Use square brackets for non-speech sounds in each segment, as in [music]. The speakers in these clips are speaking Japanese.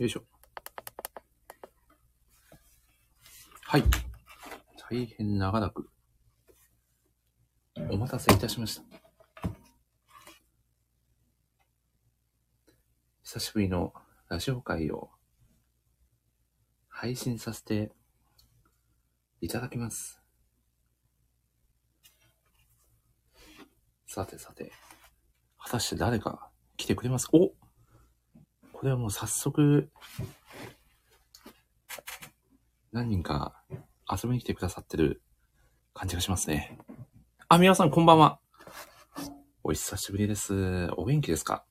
よいしょ。はい。大変長らく。お待たせいたしました。久しぶりのラジオ会を配信させていただきます。さてさて、果たして誰か来てくれますおこれはもう早速、何人か遊びに来てくださってる感じがしますね。あ、皆さんこんばんは。お久しぶりです。お元気ですか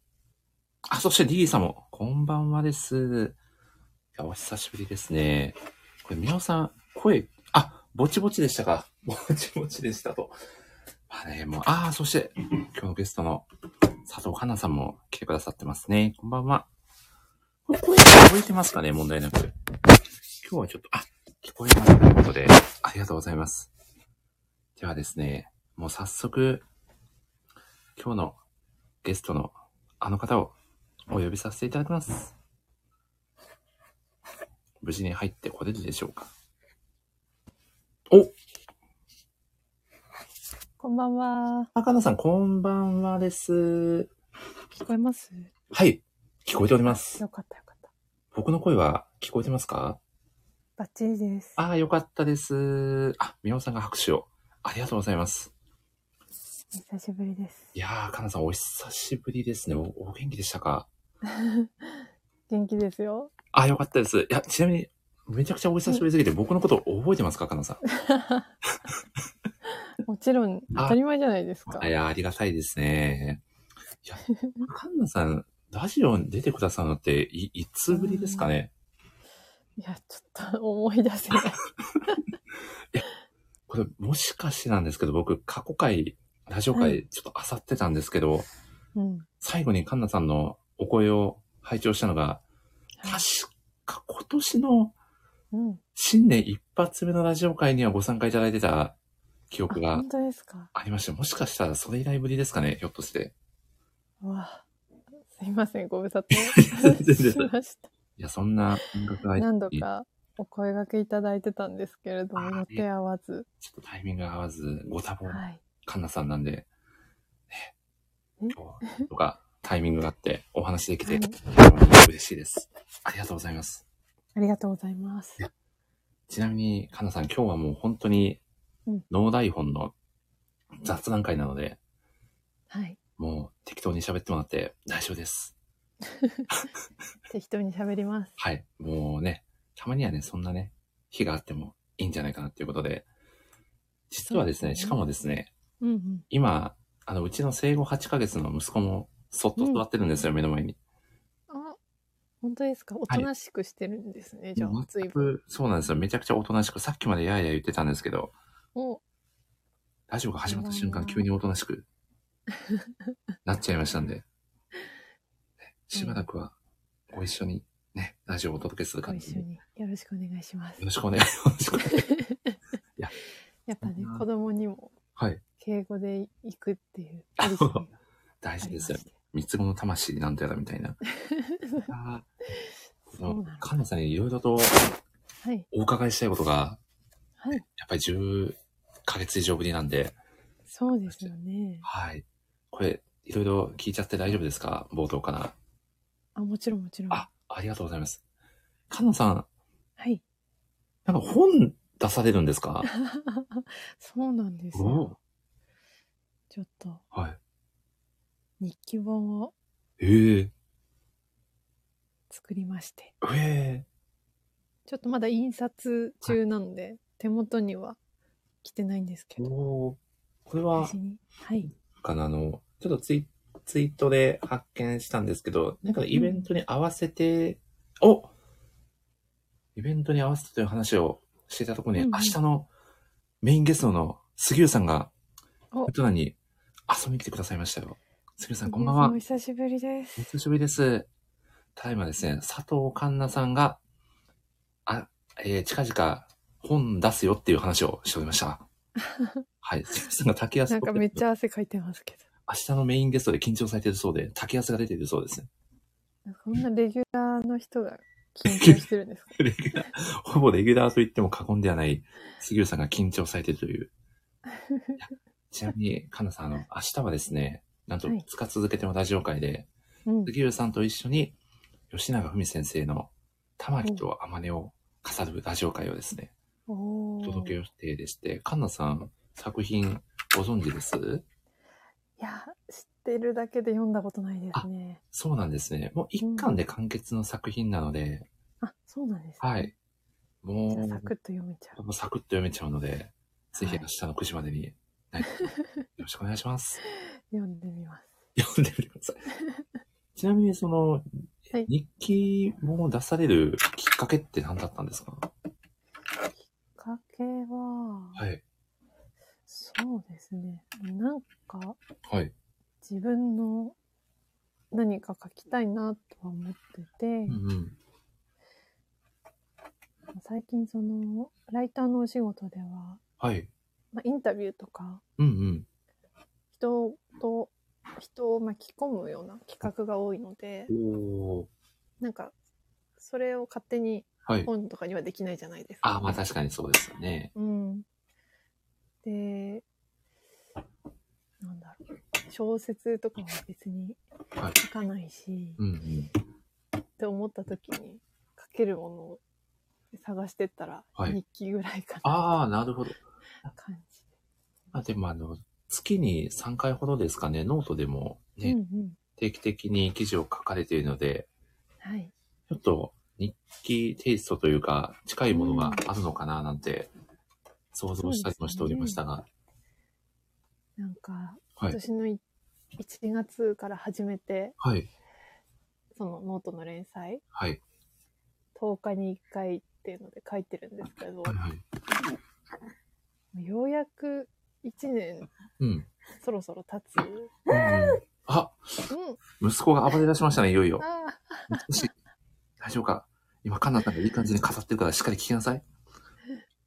あ、そして D さんも、こんばんはです。いや、お久しぶりですね。これ、みおさん、声、あ、ぼちぼちでしたか。ぼちぼちでしたと。まあね、もう、ああ、そして、今日のゲストの佐藤花さんも来てくださってますね。こんばんは。これ声聞こえてますかね問題なく。今日はちょっと、あ、聞こえますということで、ありがとうございます。ではですね、もう早速、今日のゲストのあの方をお呼びさせていただきます。無事に入ってこれるでしょうかおこんばんは。赤野さん、こんばんはです。聞こえますはい、聞こえております。よかったよかった。僕の声は聞こえてますかバッチリです。ああ、よかったです。あ、みおさんが拍手を。ありがとうございます。お久しぶりですい。やー、かなさん、お久しぶりですね。おお元気でしたか元気ですよ。あー、よかったです。いや、ちなみに、めちゃくちゃお久しぶりすぎて、僕のこと覚えてますか、かなさん。もちろんあ当たり前じゃないですか。いや、ありがたいですね。いや、 [laughs] カンナさん、ラジオに出てくださるのって、い、いつぶりですかね。いや、ちょっと思い出せ [laughs] ない。これ、もしかしてなんですけど、僕、過去回、ラジオは回、ちょっと漁ってたんですけど、うん。最後にカンナさんのお声を拝聴したのが、はい確か今年のうん、新年一発目のラジオ会にはご参加いただいてた記あ憶が本当ですかありまして、もしかしたらそれ以来ぶりですかね、ひょっとして。うわすいません、ご無沙全然全然汰しました。いや、そんな音楽愛何度かお声掛けいただいてたんですけれども、あ予定合わず。ちょっとタイミングが合わず、ご多忙はい。カンナさんなんで、ね、ん今日とかタイミングがあってお話できて、はい嬉しいです。ありがとうございます。ありがとうございます。ちなみに、カンナさん、今日はもう本当にうん、脳台本の雑談会なので、はい。もう適当に喋ってもらって大丈夫です。適当に喋ります。はい。もうね、たまにはね、そんなね、日があってもいいんじゃないかなっていうことで、実はですそうね、ですしねかもですね、うんうん。今、あの、うちの生後8ヶ月の息子も、そっと座ってるんですよ、目の前に。あ、本当ですかおとなしくしてるんですね、じゃあ、随全分。く、そうなんですよ。めちゃくちゃおとなしく、さっきまでやいや言ってたんですけど、お、ラジオが始まった瞬う間、ん急におとなし [laughs] くなっちゃいましたんで、ねしばらくはご一緒にね、ラジオをお届けするご感一じで。緒よによろしくお願いします。ろしくお願いします。 [laughs] やっぱねう、ん子供にもはい。敬語で行くっていうポリシーがあ大事りで [laughs] ますしよ。て。三つ子の魂なんてやらみたい [laughs] な。あーそうなのカンナさんにいろいろとはい、お伺いしたいことが、はい、やっぱり10ヶ月以上ぶりなんで、そうですよね。はい。これ、いろいろ聞いちゃって大丈夫ですか冒頭から。あ、もちろんもちろん。はあ、ありがとうございます。カンナさん、い。 [laughs] なんか本出されるんですかそうなんですおうよ。ちょっとはい。日記本をえ [laughs] え作りまして、ええちょっとまだ印刷中なので、手元には来てないんですけど、おーこれは私、に。はい。かな、あの、ちょっとツイツイートで発見したんですけど、なんかイベントに合わせて、おイベントに合わせてという話をしていたところに、うんうん明日のメインゲストの杉浦さんが、おウトナに遊びに来てくださいましたよ。杉浦さん、こんばんはお。久しぶりですお。久しぶりです。ただいまですね、佐藤環奈さんが、あ、えー近々本出すよっていう話をしておりま [laughs] した。はい。すいませんが、竹安なんかめっちゃ汗かいてますけど。明日のメインゲストで緊張されているそうで、竹安が出ているそうですね。こんなレギュラーの人が緊張してるんです [laughs] かレギュラー、 [laughs] ほぼレギュラーと言っても過言ではない、杉浦さんが緊張されているという。いやちなみに、かなさん、あの、明日はですね、なんとはい2日続けてのラジオ会で、うん。杉浦さんと一緒に、吉永文先生の玉木と天音を飾るラジオ会をですね、おおー届け予定でして、かなさん、作品ご存知ですいや、知ってるだけで読んだことないですね。そうなんですね。もう一巻で完結の作品なので、あ、そうなんです、ね。はい。もじゃあう、サクッと読めちゃう。もうサクッと読めちゃうので、ぜひはい明日の9時までに、はい、よろしくお願いします。 [laughs] 読んでみます。読んでみてください。 [laughs] ちなみに、その、はい日記も出されるきっかけって何だったんですかかけは、はい。そうですね。なんか、はい。自分の何か書きたいなとは思ってて、うんうん。最近その、ライターのお仕事では、はい。まあ、インタビューとか、うんうん。人と、人を巻き込むような企画が多いので、おー。なんか、それを勝手にはい。本とかにはできないじゃないですか。あ、まあ確かにそうですよね。うん。で、なんだろう。小説とかは別にはい書かないし、うんうん。って思った時に書けるものを探してったら、はい日記ぐらいかなああ、なるほど。って感じあでも、あの、月に3回ほどですかね、ノートでもで。ね、うんうん。定期的に記事を書かれているので、はい。ちょっと日記テイストというか、近いものがあるのかななんて、想像したりもしておりましたが。なんか、は今い。年のい1月から始めて、はい。そのノートの連載、はい。 10日に1回っていうので書いてるんですけどは、い。はい。ようやく1年うん。うんそろそろ経つ。うん、あ、う息子が暴れ出しましたね、いよいよん。。あよし大丈夫か今、カンナさんがいい感じに飾ってるからしっかり聞きなさい。ー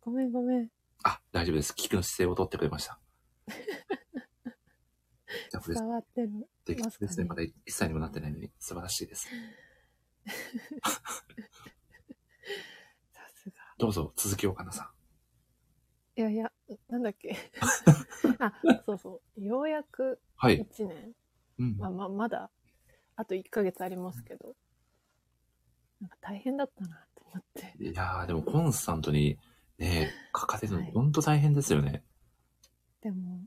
ごめんごめん。あ、大丈夫です。聞くの姿勢を取ってくれま [laughs] した。大丈夫です伝。わってる。でますかねですね。まだ1歳にもなってないのに、素晴らしいです。さすが。どうぞ、続きを、カンナさん。いやいや、なんだっ [laughs] け。あ、そうそう。ようやくはい。 1年。うん。まあまあ、まだ、あと1ヶ月ありますけど。なんか大変だったなと思って。いやー、でもコンスタントにね、書かれるのはいほんと大変ですよね。でも、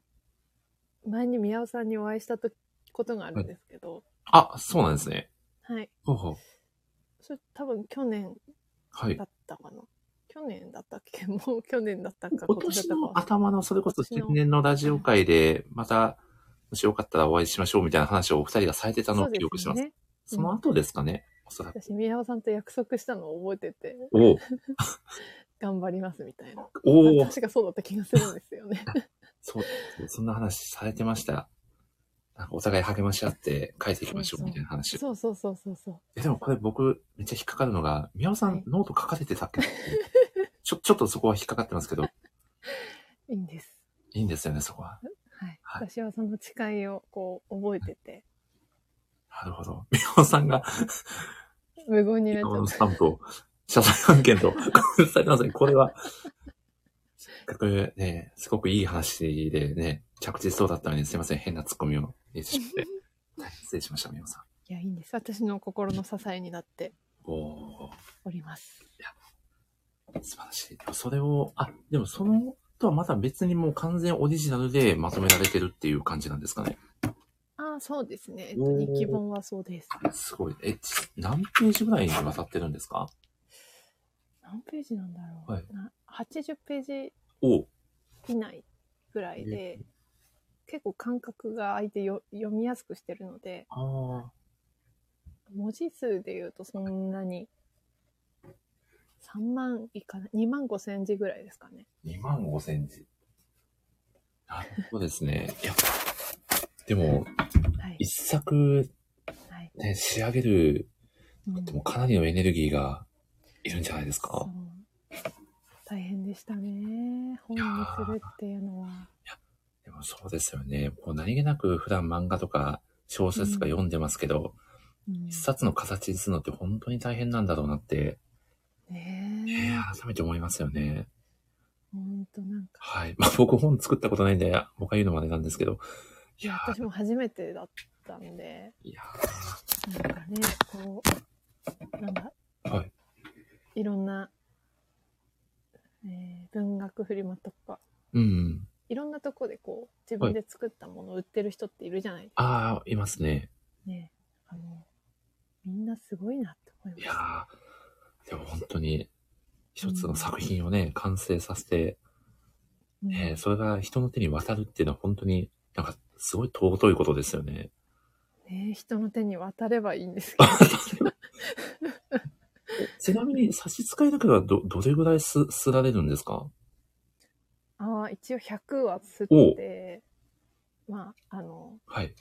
前に宮尾さんにお会いしたとことがあるんですけど、あ、そうなんですね。はい。ほうほう。それ多分去年はいだ。ったかな。去年だったっけ [laughs] もう去年だったか今年だっのたか。頭の、それこそ今年の新年のラジオ会で、また、もしよかったらお会いしましょうみたいな話をお二人がされてたのそをうで記憶しすてよます。そね。うんの後ですかね、おそらく。私、宮尾さんと約束したのを覚えてて、 [laughs] おう頑張りますみたいな。おお確かそうだった気がするんです [laughs] よね。そう、そんな話されてました。なんかお互い励まし合って書いていきましょうそうそうみたいな話。そうそうそうそうそう。え、でもこれ僕、めっちゃ引っかかるのが、宮尾さん、はいノート書かれてたっ [laughs] けちょ、ちょっとそこは引っかかってますけど、いいんです。いいんですよね、そこは。はい。はい私はその誓いをこう覚えてて、なるほど。宮尾さんが、無言になっちこゃっのた。スタンプを、謝罪案件と、伝えてますね。これは、せっかくね、すごくいい話でね、着地しそうだったのに、すいません、変なツッコミを入れてしまって。大変失礼しました、宮尾さん。いや、いいんです。私の心の支えになっておー、おります。素晴らしい。でもそれを、あ、でもその、とはまた別にもう完全オリジナルでまとめられてるっていう感じなんですかね。ああ、そうですね。えっおと、ー日記本はそうです。すごい。え、ち何ページぐらいにわたってるんですか何ページなんだろう。はいな80ページお以内ぐらいで、結構間隔が空いてよ読みやすくしてるので、ああ。文字数で言うとそんなに、3万いかない、2万5千字ぐらいですかね。 2万5千字。なるほどですね。いや、でも、はい。一作、はい。ね、仕上げるうんでもかなりのエネルギーがいるんじゃないですそかう大変でしたね本にするっていうのはでもそうですよね。こう何気なく普段漫画とか小説とか読んでますけど、うん一冊の形にするのって本当に大変なんだろうなって、ねええー、改めて思いますよね。ほんとなんかはい。まあ、僕本作ったことないんで、僕が言うのもあれなんですけど。いいややー私も初めてだったんでいやなんかねこうなんだーはい。いろんな、えー文学フリマとかうん。いろんなとこでこう自分で作ったものを売ってる人っているじゃないですか、ああ、いますね。ねあのみんなすごいなって思いいまやすーでも本当に、一つの作品をね、完成させて、うんねそれが人の手に渡るっていうのは本当に、なんか、すごい尊いことですよね。ねえ人の手に渡ればいいんですけど [laughs] ちなみに、差し支えだけど、ど、どれぐらいす、すられるんですかああ一応100は吸ってまああのはい。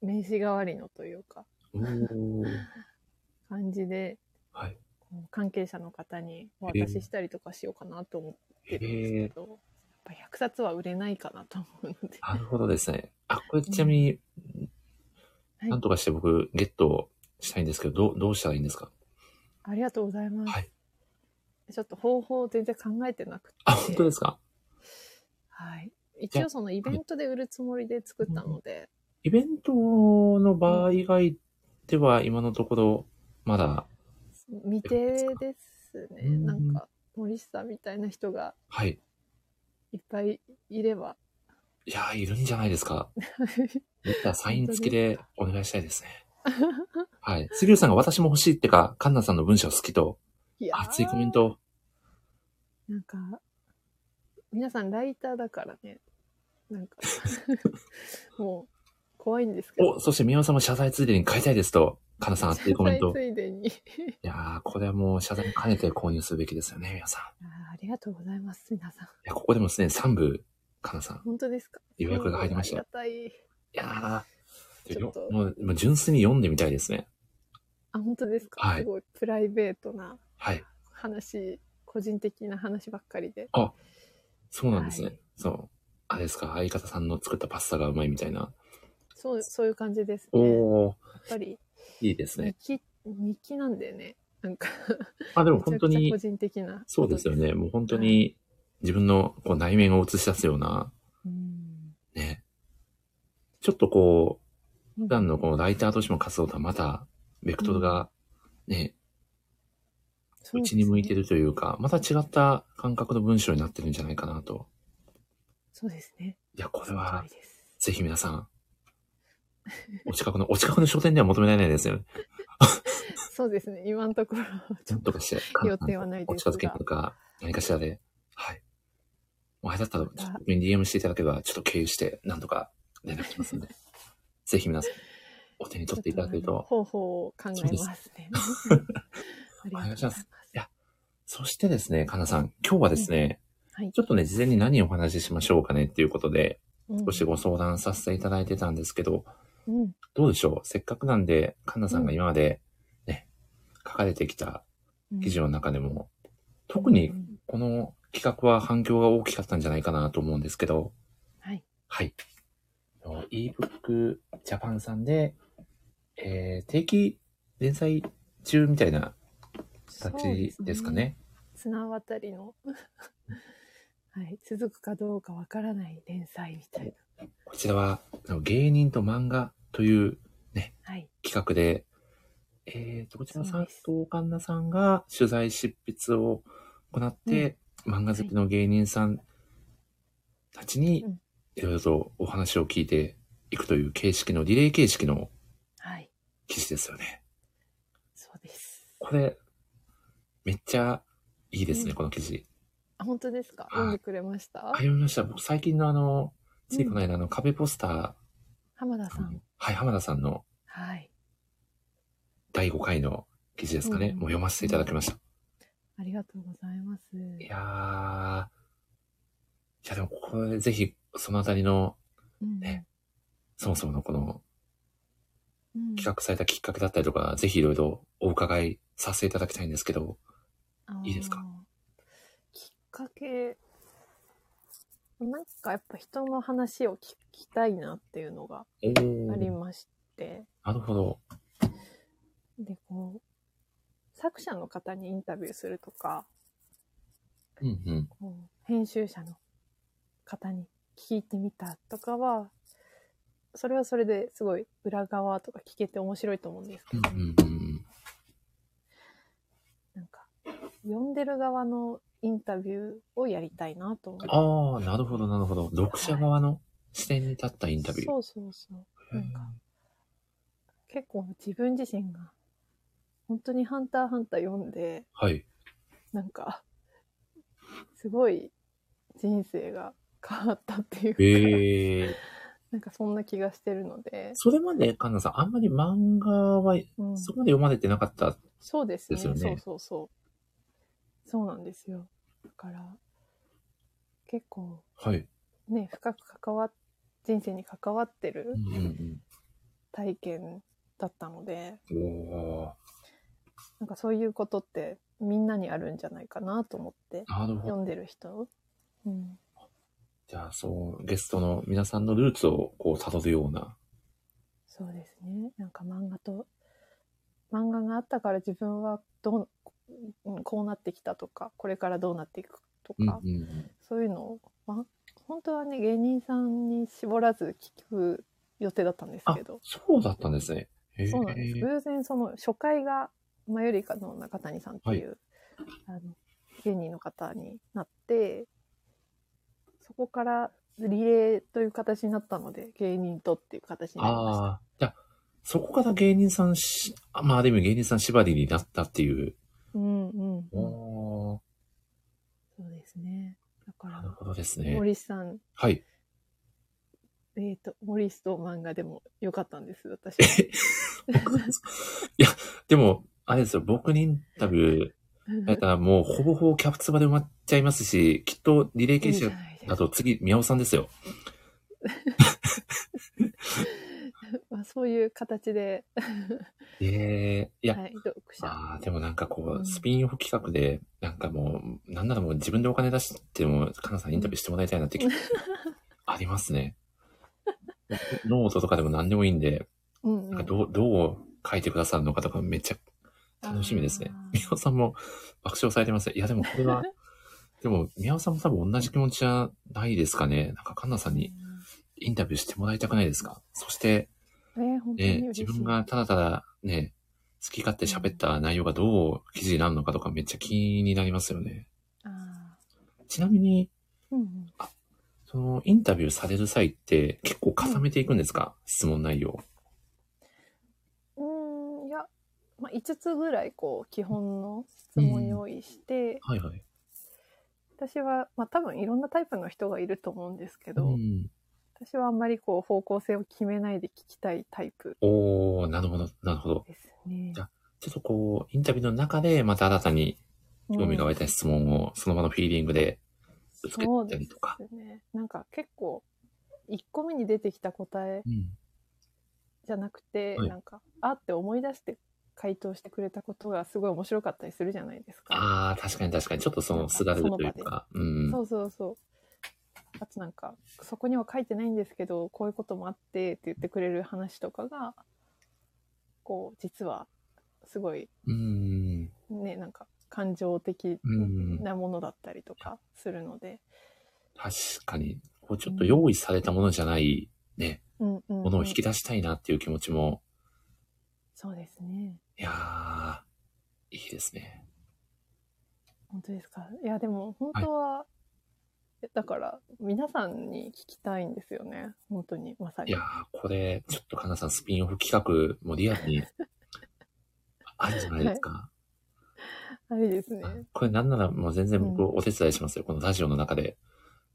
名刺代わりのというかおー。感じではい。こう関係者の方にお渡ししたりとかしようかなと思ってるんですけど、やっぱ100冊は売れないかなと思うので、なるほどですね。あ、これちなみに、はいなんとかして僕、ゲットしたいんですけど、どう、どうしたらいいんですかありがとうございます、はいちょっと方法を全然考えてなくてあ、本当ですかはい、一応そのイベントで売るつもりで作ったので、イベントの場合以外では、今のところ、まだ、未定ですね、うんなんか森下みたいな人がはい。いっぱいいれば [laughs] いやー、いるんじゃないですか。だったらサイン付きでお願いしたい [laughs] ですね。はい。杉浦さんが私も欲しいってか、カンナさんの文章好きと、いやー熱いコメントを。なんか皆さんライターだからねなん [laughs] かもう怖いんですけどお、そして宮尾さんも謝罪ついでに買いたいですと、カンナさん熱いコメントを。い謝罪つ [laughs] いでにやー、これはもう謝罪も兼ねて購入すべきですよね、皆さん。いあーありがとうございます皆さんや、ここでもすでに3部、カンナさん。本当ですか予約が入りましたありがたいいやー、ちょっともうもう純粋に読んでみたいですね。あ本当ですか、はいすごいプライベートなはい。話個人的な話ばっかりでそうなんですね。はいそう。あれですか、相方さんの作ったパスタがうまいみたいな。そうそういう感じですねやっおー、ぱりいいです日ね。記日記なんでねなんかあ、でもめち本ゃ当くちゃに個、人的なそうですよことね。もう本当に自分のこう内面を映し出すような、うんね。ちょっとこう、うん普段のこのライターとしても活動とはまた、ベクトルがね、そうですち、ねに向いてるというか、また違った感覚の文章になってるんじゃないかなと。そうですねいや、これそのは通りですぜひ皆さん、お近くの、お近くの書店では求められないですよね。そうですね今のところちなょんっととかして、予定はないおです近がづけとか、何かしらで、はい。お前だったら、ちょまったと DM していただければ、ちょっと経由して、なんとか連絡しますん [laughs] で、ぜひ皆さん、お手に取っていただけるちょっと。方法を考えます [laughs] ねありがとうござい願いましますすそしてですね、かなさん、今日はですね、はいちょっとね、事前に何をお話ししましょうかねっていうことで、うん少しご相談させていただいてたんですけど、うんどうでしょうせっかくなんで、かなさんが今までね、書かれてきたうん記事の中でも、特にうんこの企画は反響が大きかったんじゃないかなと思うんですけど、はいはい。ebook Japan さんで、えー定期連載中みたいな形ですかね。綱渡りの、 [laughs] はい、続くかどうかわからない連載みたいな。こちらはあの芸人と漫画というはい。企画で、えーと、こちらそう佐です藤環奈さんが取材執筆を行って、漫画好きの芸人さんたちにうんいろいろとお話を聞いていくという形式の、リレー形式のはい。記事ですよね。そうです。これ、めっちゃいいですね、うんこの記事。あ、本当ですかい読んでくれましたあ、読みました。僕最近のあの、ついこのうん間の壁ポスタ浜田ー、さん。はい、浜田さんのはい。第5回の記事ですかね、うんもう読ませていただきました。ありがとうございます。いやー、いやでもこれぜひそのあたりの、うんねそもそものこのうん企画されたきっかけだったりとか、ぜひいろいろお伺いさせていただきたいんですけど、いいですかあーきっかけ、なんかやっぱ人の話を聞きたいなっていうのがおーありまして、なるほど。で、こう、作者の方にインタビューするとか、うんうん。こう編集者の方に聞いてみたとかは、それはそれですごい裏側とか聞けて面白いと思うんですうけんど、うんうんなんか、読んでる側のインタビューをやりたいなと思って。うん。ああ、なるほど、なるほど。読者側の視点に立ったインタビュー。そうそうそう。なんか、結構自分自身が、本当にハンターハンター読んで、はい。なんか、すごい人生が変わったっていうか、ええなんかそんな気がしてるので、それまで、カンナさん、あんまり漫画はうん、そそこまで読まれてなかった。うですねですよねそうそうそう。そうなんですよ。だから、結構はい。ね、深く関わっ、人生に関わってうるんうん体験だったので、うん。おーなんかそういうことってみんなにあるんじゃないかなと思って、なるほど。読んでる人。うん。じゃあ、そう、ゲストの皆さんのルーツをこう、辿るような。そうですね。なんか漫画と、漫画があったから自分はどう、うんこうなってきたとか、これからどうなっていくとうんか、うんそういうのを、ま、本当はね、芸人さんに絞らず聞く予定だったんですけど、そうだったんですね。へえそうなんです。偶然その初回が、マユリカの中谷さんっていう、あの、芸人の方になって、そこからリレーという形になったので、芸人とっていう形になりました。ああ、じゃあ、そこから芸人さんし、あまあ、ある意味芸人さん縛りになったっていう。うんうん、うん。おーそうですね。だかなるら、ほどですね。森さん、はい。えっ、と、森氏と漫画でも良かったんです、私は。でも、あれですよ、僕にインタビューだったらもうほぼほぼキャプツバで埋まっちゃいますし、きっとリレーいい形じゃ式ないですだか。と次、宮尾さんですよ。まあ、そういう形で、ええいや、はい、読者。ああ、でもなんかこうう、んスピンオフ企画で、なんかもう、なんならもう自分でお金出しても、かなさんにインタビューしてもらいたいな [laughs] って気、ありますね。ノートとかでも何でもいいんで、うんなんかどう、どう書いてくださるのかとかめっちゃ楽しみですねあ。[laughs] ー宮尾さんも爆笑されてますね。いや、でもこれ [laughs] は、でも宮尾さんも多分同じ気持ちじゃないですかね。なんかカンナさんにインタビューしてもらいたくないですかそして、うんえー本当にね、嬉しい自分がただただね、好き勝手喋った内容がどう記事になるのかとかめっちゃ気になりますよね。あちなみに、ー、うんうん、そのインタビューされる際って結構固めていくんですか、質問内容。うーん、いや、まあ、5つぐらい、こう、基本の質問用意して、はいはい。私は、まあ、多分いろんなタイプの人がいると思うんですけうど、ん。私はあんまりこう、方向性を決めないで聞きたいタイプおー、なるほど、なるほど。ですねじゃ。ちょっとこう、インタビューの中でまた新たに興味が湧いた質問をその場のフィーリングでぶつけそうたでりとか。すね。なんか結構、1個目に出てきた答えうん。じゃなくて、はいなんか、あって思い出して回答してくれたことがすごい面白かったりするじゃないですか。ああ、確かに確かに。ちょっとそのすがるというか。うん。そうそうそう。あとなんか、そこには書いてないんですけど、こういうこともあってって言ってくれる話とかが、こう、実は、すごい、うん。ね、なんか、感情的うんなものだったりとかするので。確かに、こうちょっと用意されたものじゃない、ね、うんうん、うん。ものを引き出したいなっていう気持ちも、そうですね。いやー、いいですね。本当ですかいやでも本当は、えだから皆さんに聞きたいんですよね本当にまさいにやー、これ、ちょっとかなさんスピンオフ企画もリアル [laughs] に、あるじゃないですか。あれですねこれなんならもう全然僕お手伝いしますよ。このラジオの中で。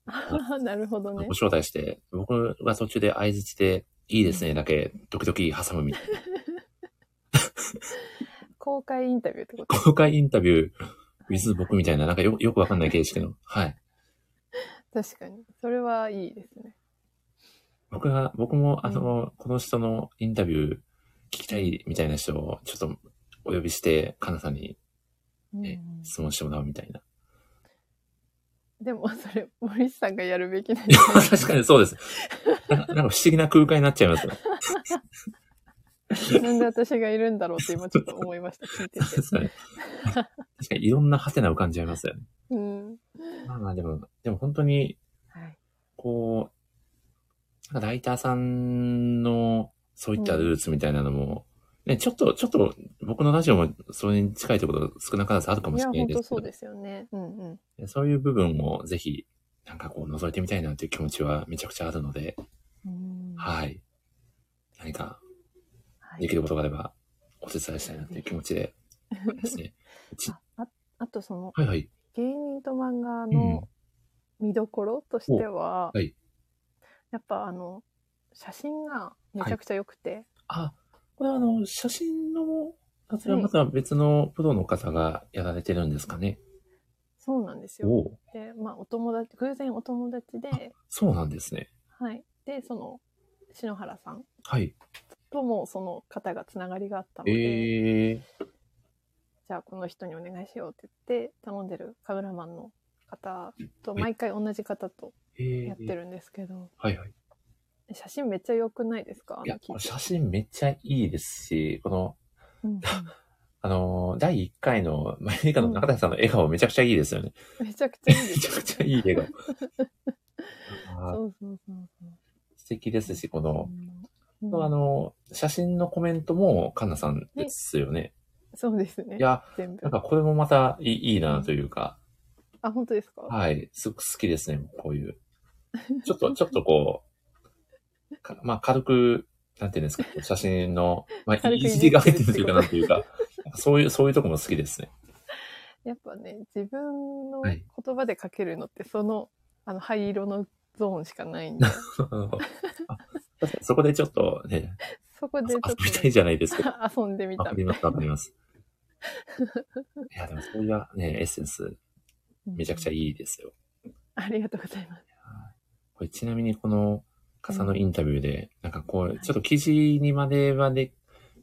[laughs] なるほどねご招待して、僕が途中で相づちで、いいですね、だけ、時々挟むみたいな。公開インタビューってこと公開インタビュー、with 僕みたいな、なんかよよくわかんない形式の。はい。確かにそれはいいですね僕が、僕も、あの、この人のインタビュー聞きたいみたいな人を、ちょっとお呼びして、カナさんにうんうねん、質問してもらうみたいな。 [laughs] でもそれ森さんがやるべきなんいじやゃない確かにそうです。なんかなんか不思議な空間になっちゃいますよ。なんで私がいるんだろうって今ちょっと思いました、聞いてて。 [laughs] 確かに。確かにいろんなハテナ浮かんじゃいますよね。うん。まあまあでも、でも本当に、はい。こう、なんかライターさんのそういったルーツみたいなのも、ね、ちょっと、ちょっと僕のラジオもそれに近いところ少なからずあるかもいしや、れない本で当すけそうど、ですよね。うんうん。そういう部分をぜひ、なんかこう覗いてみたいなという気持ちはめちゃくちゃあるので、うんはい。何かはできることがあればお手伝いしたいなという気持ちでです [laughs] ね。ちあああとそのはいはい。芸人と漫画うんの見どころとしては、おはいやっぱあの写真がめちゃくちゃ良くて、あ、これはあの、写真の、それはまはいた別のプロの方がやられてるんですかね。そうなんですよ。おおうで、まあお友達、偶然お友達で、そうなんですね。はい。で、その篠原さんはい。ともその方がつながりがあったので、ええじゃあこの人にお願いしようって言って頼んでるカメラマンの方とはい毎回同じ方とええやってるんですけど、はいはい。写真めっちゃ良くないですかいや、あこのの写真めっちゃいいですし、この、うんうんあのー、第1回の、マリリカの中谷さんの笑顔めちゃくちゃいいですよね。めちゃくちゃいいでめすちゃ [laughs] くちゃいい笑 [laughs] 顔。あーそうそうそうそう。素敵ですし、こうの、んあのー、写真のコメントもカンナさんですよね。そうですね。いや、全部なん。かこれもまたいいいいなというか、あ、本当ですか、はい、すごく好きですね、こういう。ちょ [laughs] っと、ちょっとこう、かまあ軽く、なんていうんですか、写真の、まあ、軽いくいじじりってが入るってるというか、っなてこんてというか、そういう、そういうとこも好きですね。 [laughs] やっぱね、自分のはい言葉で書けるのって、その、あの、灰色のゾーンしかな [laughs] いんで、あ確かにそこでちょっとね、そこでちょっと遊びたいじゃないですけど。ね [laughs] 遊んでみわたか。ります、わかり [laughs] ます。いや、でもそういうね、エッセンス、めちゃくちゃい。いいですよ。ありがとうございます。これちなみにこの笠のインタビューで、なんかこう、ちょっと記事にまではで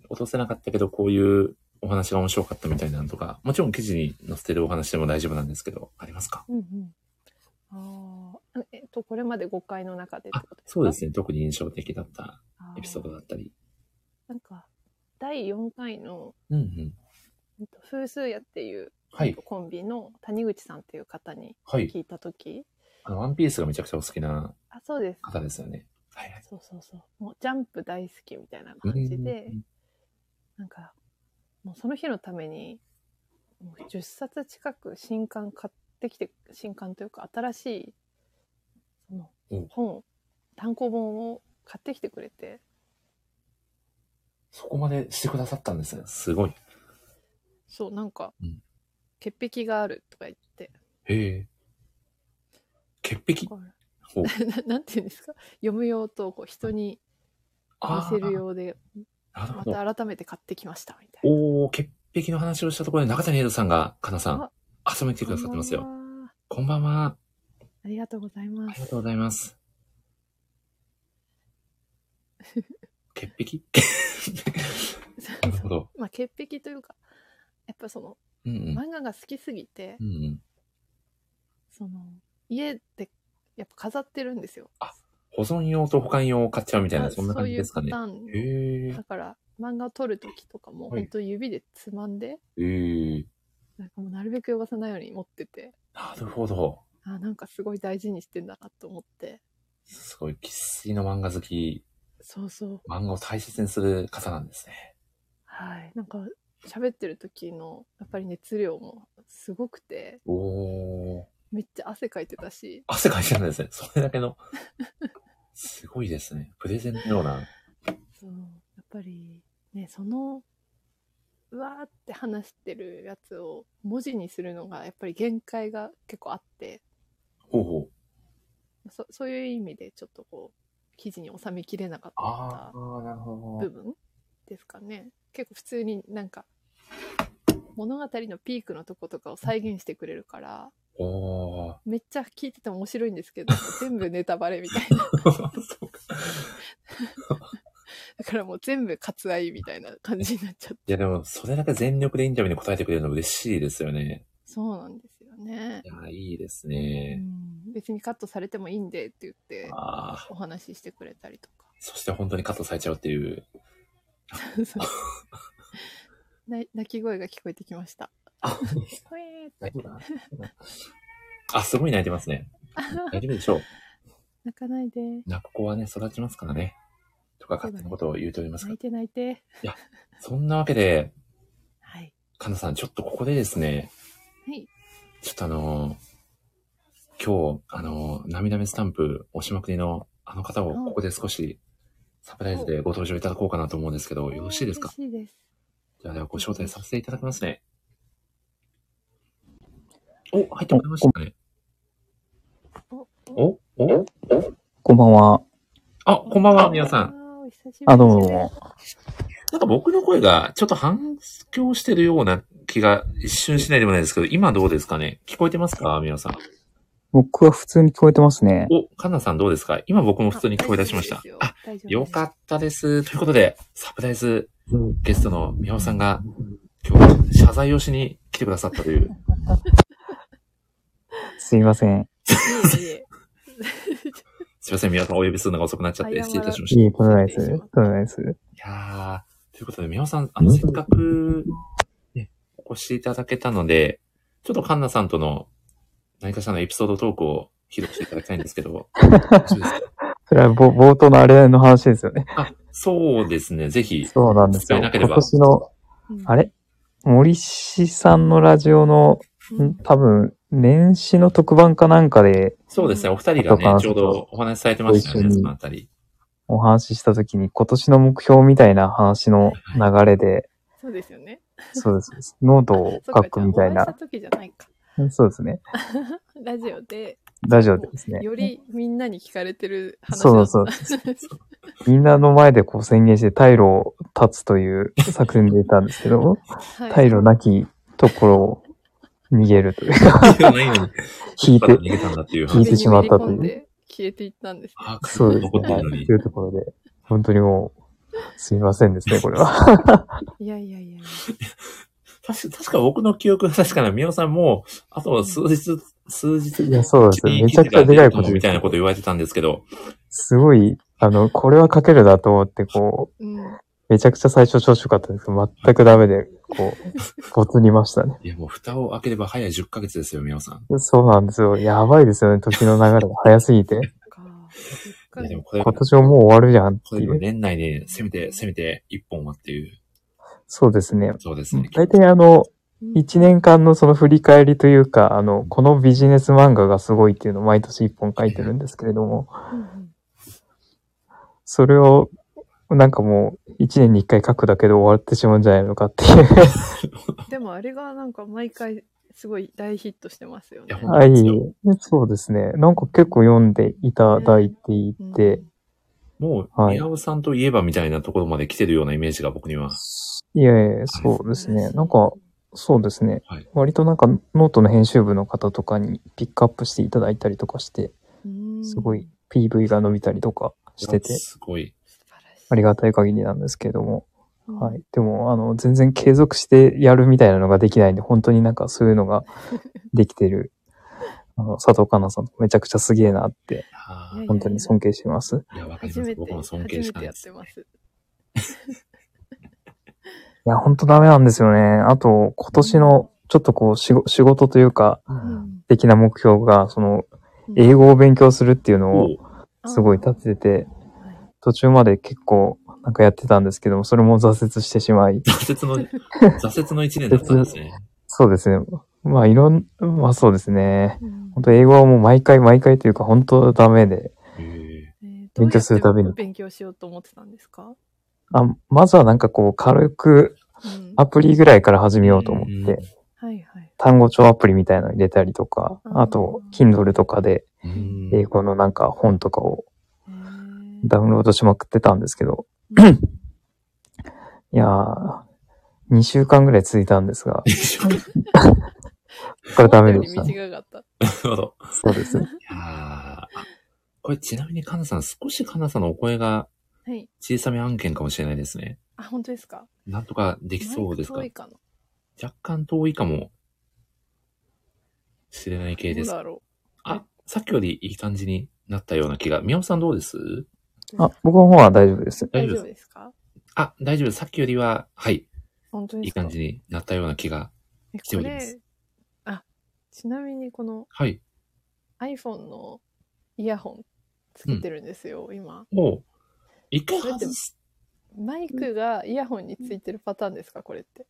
落とせなかったけど、こういうお話が面白かったみたいなのとか、もちろん記事に載せてるお話でも大丈夫なんですけど、ありますかうんうん。ああ、えっと、これまで5回の中でってあことですかそうですね。特に印象的だったあーエピソードだったり。なんか、第4回の、うんうん。えっと風数屋っていうはい。コンビの谷口さんっていう方にはい。聞いたとき、あの、ワンピースがめちゃくちゃお好きなあ、そうです。方ですよね。はいはい。そうそうそう。もうジャンプ大好きみたいな感じで、なんか、もうその日のために、もう10冊近く新刊買ってきて、新刊というか新しい、そのうん、本を、単行本を買ってきてくれて、そこまでしてくださったんですね。すごい。そう、なんか、うん潔癖があるとか言って、へえ。潔癖こうほう [laughs] ななんていうんですか、読む用とこう人に見あせるー用で、なるまほど。た改めて買ってきました、みたいな。おー、潔癖の話をしたところで中谷エイドさんが、かなさんあ、遊びに来てくださってますこよ。んばんはこんばんは。ありがとうございあまりすが。とうござい [laughs] ます。潔癖なるほど。まあ潔癖というかやっぱそのうんうん。漫画が好きすぎて、うんうん、その家でやっぱ飾ってるんですよ。保存用と保管用を買っちゃうみたいな、あそんな感じですかね。そういうパターへンえだ。から漫画を撮る時とかもはい本当指でつまんで、へえ。なんかもうなるべく汚さないように持っててなるほど。あなんかすごい大事にしてんだなと思ってすごい、生粋の漫画好き、そうそう漫画を大切にする方なんですね。はいなんか喋ってる時のやっぱり熱量もすごくておー。めっちゃ汗かいてたし汗かいてたんですね。それだけの。すごいですね。プレゼンのような。そうやっぱりねそのうわーって話してるやつを文字にするのがやっぱり限界が結構あってほうほう。そそういう意味でちょっとこう記事に収めきれなかあっあ、なるほた部ど。分ですかね結構普通になんか物語のピークのとことかを再現してくれるからおー。 [laughs] めっちゃ聞いてて面白いんですけど全部ネタバレみたいなそうかだからもう全部割愛みたいな感じになっちゃっていや、でも、それだけ全力でインタビューに答えてくれるの嬉しいですよね。そうなんですよねい。や、いいですうね。ん別にカットされてもいいんでって言ってああ、お話ししてくれたりとかそして本当にカットされちゃうっていう、 [laughs] な泣き声が聞こえてきました。あ [laughs] ほえー大丈夫かな [laughs] あ、すごい泣いてますね。大丈夫でしょう。泣かないで。泣く子はね、育ちますからね。とか勝手なことを言うております泣がい。て泣いて。そんなわけで、はい。かなさん、ちょっとここでですね、はい。ちょっとあのー今日、あのー涙目スタンプおしまくりのあの方をうんここで少しサプライズでご登場いただこうかなと思うんですけど、よろしいですか嬉しいです。じゃあ、ではご招待させていただきますね。お、入ってもらいましたね。お、お、お、こんばんは。あ、こんばんは、皆さん。ん。お久しぶりですあ、どうもどうも。。なんか僕の声がちょっと反響してるような気が一瞬しないでもないですけど、今どうですかね聞こえてますか皆さん。僕は普通に聞こえてますね。お、カンナさんどうですか今僕も普通に聞こえ出しました。あ、よかっったです。ということで、サプライズゲストの宮尾さんが今日謝罪をしに来てくださったと [laughs] いう。すいません。た。いえ [laughs] いえすいません、宮尾さんお呼びするのが遅くなっちゃって、謝ら失礼いたしました。いいい、とんでないです。とんでないです。やー、ということで宮尾さん、あの、せっかく、ね、お越しいただけたので、ちょっとカンナさんとの何かしらのエピソードトークを披露していただきたいんですけど、 [laughs] よろしいですかそれはぼ冒頭のあれの話ですよね。あ、そうですね、ぜひ。そうなんです伝よ。えな今ければ年の、うんあれ森氏さんのラジオの、ん多分、年始の特番かなんかでそうですね、お二人があとカンね、ナちさょうんとどお話しされてましたよね、ご一緒そにのあた [laughs] り。お話しした時に今年の目標みたいな話の流れで、そうですよね。そうですそうです。ノートをそ書っかくみたいじゃあお会なし。た時じゃないか。そうですね。ラジオで、ラジオでですね。よりみんなに聞かれてる話だそうそうみんなの前でこう宣言して退路を断つという作戦でいたんですけど、 [laughs] はい退路なきところを逃げる [laughs] というか、ないのに、引いて逃、げたんだっていう聞話いて。しまったという目にめり込んで消えていったんですね。あーそうですね。残ってるのとにい。うところで、本当にもう、すいませ [laughs] んですね、これは。いやいやいやいや。確か、確か僕の記憶が確かに、宮尾さんも、あと数日、数日いや、そうですね。めちゃくちゃでかいことみでたいなすこと。言われてたんですけど、すごい、あの、これは書けるだと思って、こうん。う、めちゃくちゃ最初調子良かったんですけど、全くダメで、[laughs] こう、ごつりましたね。いや、もう蓋を開ければ早い10ヶ月ですよ、宮尾さん。そうなんですよ。やばいですよね、時の流れが早す [laughs] ぎて。か。いや、でもこれ、今こ年ももう終わるじゃんってれいう。年内で、せめて、せめて1本はっていう、そうですね。そうですね。大体あの、うん1年間のその振り返りというか、あの、このビジネス漫画がすごいっていうのを毎年1本書いてるんですけれども、うんそれを、なんかもう、1年に1回書くだけで終わってしまうんじゃないのかっていう。うんでもあれがなんか毎回すごい大ヒットしてますよいやね。ほんはい。そうですね。なんか結構読んでいただいていて、もう、はい宮尾さんといえばみたいなところまで来てるようなイメージが僕には。いやいや、そうですね。なんか、そうですねはい。割となんかノートの編集部の方とかにピックアップしていただいたりとかして、うんすごい。PV が伸びたりとかしてて、すごい。素晴らしい。ありがたい限りなんですけれども、うんはい。。でも、あの、全然継続してやるみたいなのができないんで、本当になんかそういうの [laughs] ができてる、あの、佐藤香菜さん、めちゃくちゃすげえなって、あいやいー本当に尊敬してます。いや、わかり初まめす。て、僕も初尊め敬したんてやでっすて。ます。いや、本当ダメなんですよね。あと、今年の、ちょっとこう、仕仕事というか、うん的な目標が、その、英語を勉強するっていうのを、おすごい立てててはい、途中まで結構、なんかやってたんですけども、それも挫折してしまい、挫折の、挫折の一年だったん [laughs] ですね。そうですね。まあ、いろん、まあそうですね。うん本当英語はもう毎回毎回というか本当ダメで、へえー勉強するたびにどうやって勉強しようと思ってたんですか、あまずはなんかこう軽くうん、アはプリぐらいから始めようと思うんって、いはい。単語帳アプリみたいなの入れたりとか、あーあと Kindle とかでーうん英語のなんか本とかをへーダウンロードしまくってたんですけど、うんいやー、2週間ぐらい続いたんです [laughs] が、これダメでした思ったね。より短かった。なるほど。そうですね。いやーあこれちなみにカナさん、少しカナさんのお声がはい。小さめ案件かもしれないですね。あ、本当ですかなんとかできそうですかマイク遠いか若干遠いかもしれない系などでうす。だろあ、さっきよりいい感じになったような気が。宮本さんどうですうあ、僕の方は大丈夫です。大大丈夫です丈夫ですかあ、大丈夫。さっきよりは、はい、本当いでいすか感じになったような気が。えしておりますこれあ、ちなみにこのはい。 iPhone のイヤホンつけてるんですよ、今。もう、一回外す。マイクがイヤホンについてるパターンですか、これっ [laughs] て。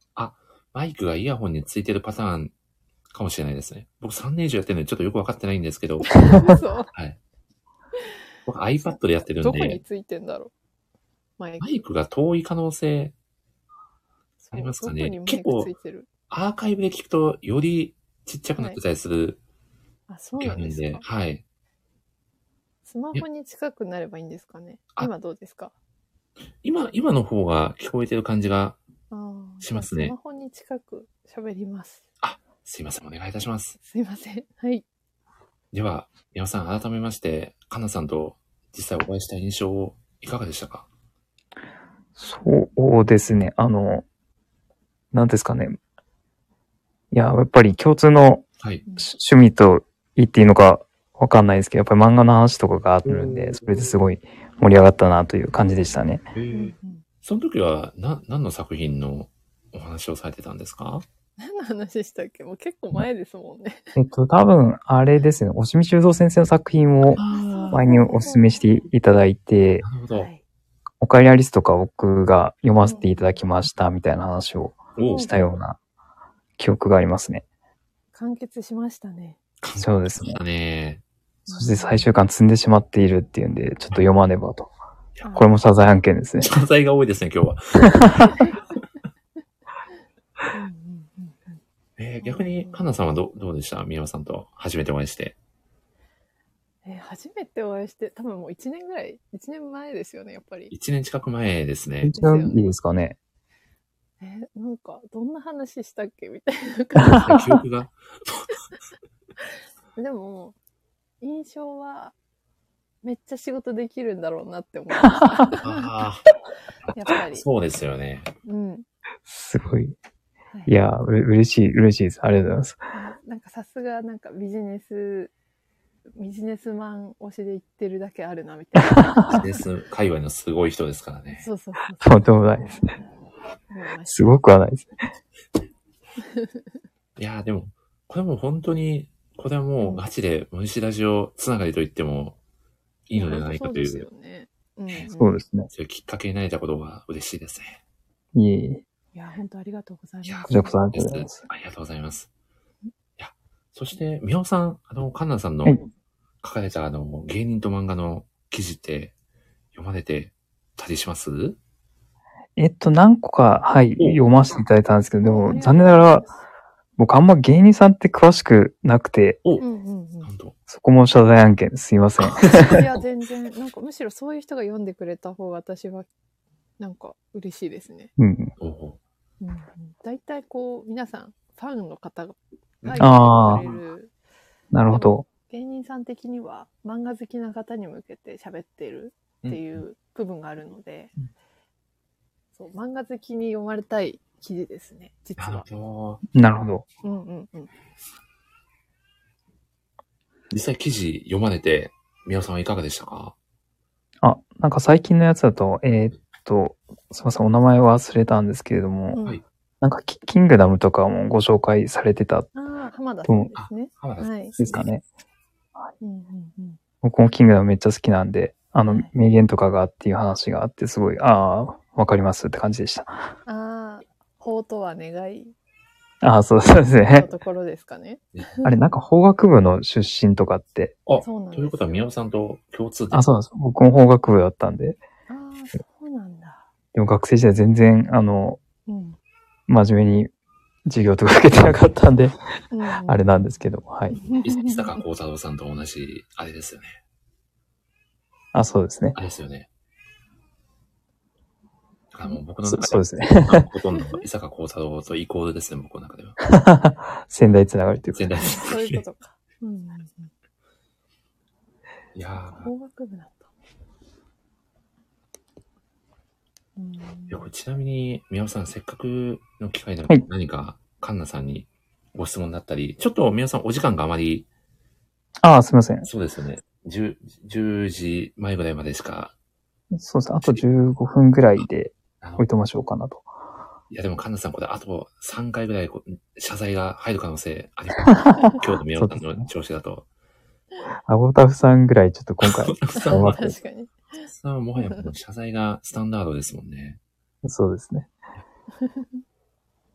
マイクがイヤホンについてるパターンかもしれないですね。僕3年以上やってるのでちょっとよくわかってないんですけど、嘘僕 iPad でやってるんどこにで、ついてんだろうマイクマ。イクが遠い可能性、そあうりますかねどこにマイ結ク構ついてるアーカイブで聞くとよりちっちゃくなってたりするあ、そう気がなあんるんですで、か。はい。スマホに近くなればいいんですかね。あ今どうですか今、今の方が聞こえてる感じが、あーしますねスマホに近く喋ります。すいません、お願いいたします。すいません。 [laughs] はい。では、皆さん改めまして、かなさんと実際お会いした印象をいかがでしたかそうですね。あの、なんですかね。いや、やっぱり共通のはい。うん趣趣味と言っていいのかわかんないですけど、やっぱり漫画の話とかがあるんで、それですごい盛り上がったなという感じでしたね。うんうんその時は、な、何の作品のお話をされてたんですか何の話でしたっけもう結構前ですもんね。 [laughs] えっと、多分、あれですね、押見修造先生の作品をあ前にお勧めしていただいて、なるほど。はい。おかえりアリスとか僕が読ませていただきましたみたいな話をおうしたような記憶がありますね。完結しましたね。そうですね。だね。そして最終巻積んでしまっているっていうんで、ちょっと読まねばと。あーこれも謝罪案件ですね。謝罪が多いですね、今日は。うんうんうんうんえー逆に、かなさんはどどうでした宮尾さんと初めてお会いして。えー初めてお会いして、多分もう1年ぐらい、1年前ですよね、やっぱり。 1年近く前ですね。一番いいですかね。えーなんか、どんな話したっけみたいな感記憶 [laughs] が。じ。でも、印象は、めっちゃ仕事できるんだろうなって思いました。あやっぱあ、り。そうですよね。うん。すごい。はいやー、うれ嬉しい、嬉しいです。ありがとうございます。 [laughs] なんかさすがなんかビジネス、ビジネスマン推しで言ってるだけあるなみたいな。ビジネス界隈のすごい人ですから [laughs] ね。そうそうそうとんでもないです。思いましすごくはないです。いやーでも、これもう本当に、これはもうガチで、無視ラジオつながりと言ってもた。いいのではないかという、そそううですよね。うん、うん。そうですね。いうきっかけになれたことが嬉しいですね。いえいえ。いや、本当ありがとうございいやまこす。ちらこそありでがすとうございます。ありがとうございます。いや、そして、みおさん、あの、カンナさんのはい書かれた、あの、芸人と漫画の記事って読まれてたりしますえっと、何個か、はい、お読ませていただいたんですけど、でも、残念なあがりがらと、僕あんま芸人さんって詳しくなくて、お、うございます。うんうんなんと。そこも謝罪案件ですい [laughs] ません。うん。いや、全然、なんかむしろそういう人が読んでくれた方が私は、なんか嬉しいですね。うん。おおうんうん。大体こう、皆さん、ファンの方があー読んでくれるなるほど。芸人さん的には漫画好きな方に向けて喋ってるってい。う部分があるので、うんそう漫画好きに読まれたい記事ですね実なるはほ。ど。なるほど。うんうんうん、実際記事読まれて、みおさんはいかがでしたかあ、なんか最近のやつだと、えーっと、すいません、お名前忘れたんですけれども、うんはいなんかキ、キングダムとかもご紹介されてたんああ浜田さんですね。浜田さんはいですかね。うんうんうん、僕もキングダムめっちゃ好きなんで、あのはい、名言とかがっていう話があって、すごい、ああ、わかりますって感じでした。ああ法とは願いああ、そうそうですのね。ところですかね。あれ、なんか法学部の出身とかって、あ、そうなんですよということは、宮尾さんと共通点。あ、そうなんです。僕も法学部だったんで、ああそうなんだ。でも学生時代全然、あの、うん真面目に授業とか受けてなかったんで、うんうん、あれなんですけど、はい。い伊坂幸太郎さんと同じ、あれですよね。あ、そうですね。あれですよね。だからもう僕のそ中そうですすね。ほとんど伊坂幸太郎とイコールですね、僕の中では。仙台つながりというか全体そうい的うことか。うんうんうん、に。いやー法学部だった。うんいやこれちなみに、宮尾さん、せっかくの機会なのはでい、何か、カンナさんにご質問だったり、ちょっと宮尾さん、お時間があまり、ああ、すみません。そうですよね。10, 10時前ぐらいまでしか、そうです。あと15分ぐらいで、あの置いとましょうかなと。いや、でも、神田さん、これ、あと3回ぐらいこう、謝罪が入る可能性あります。今日の宮本さんの調子だと。。アボタフさんぐらいちょっと今回さ頑張って確かに。さんはもはやこの謝罪がスタンダードですもんね。そうですね。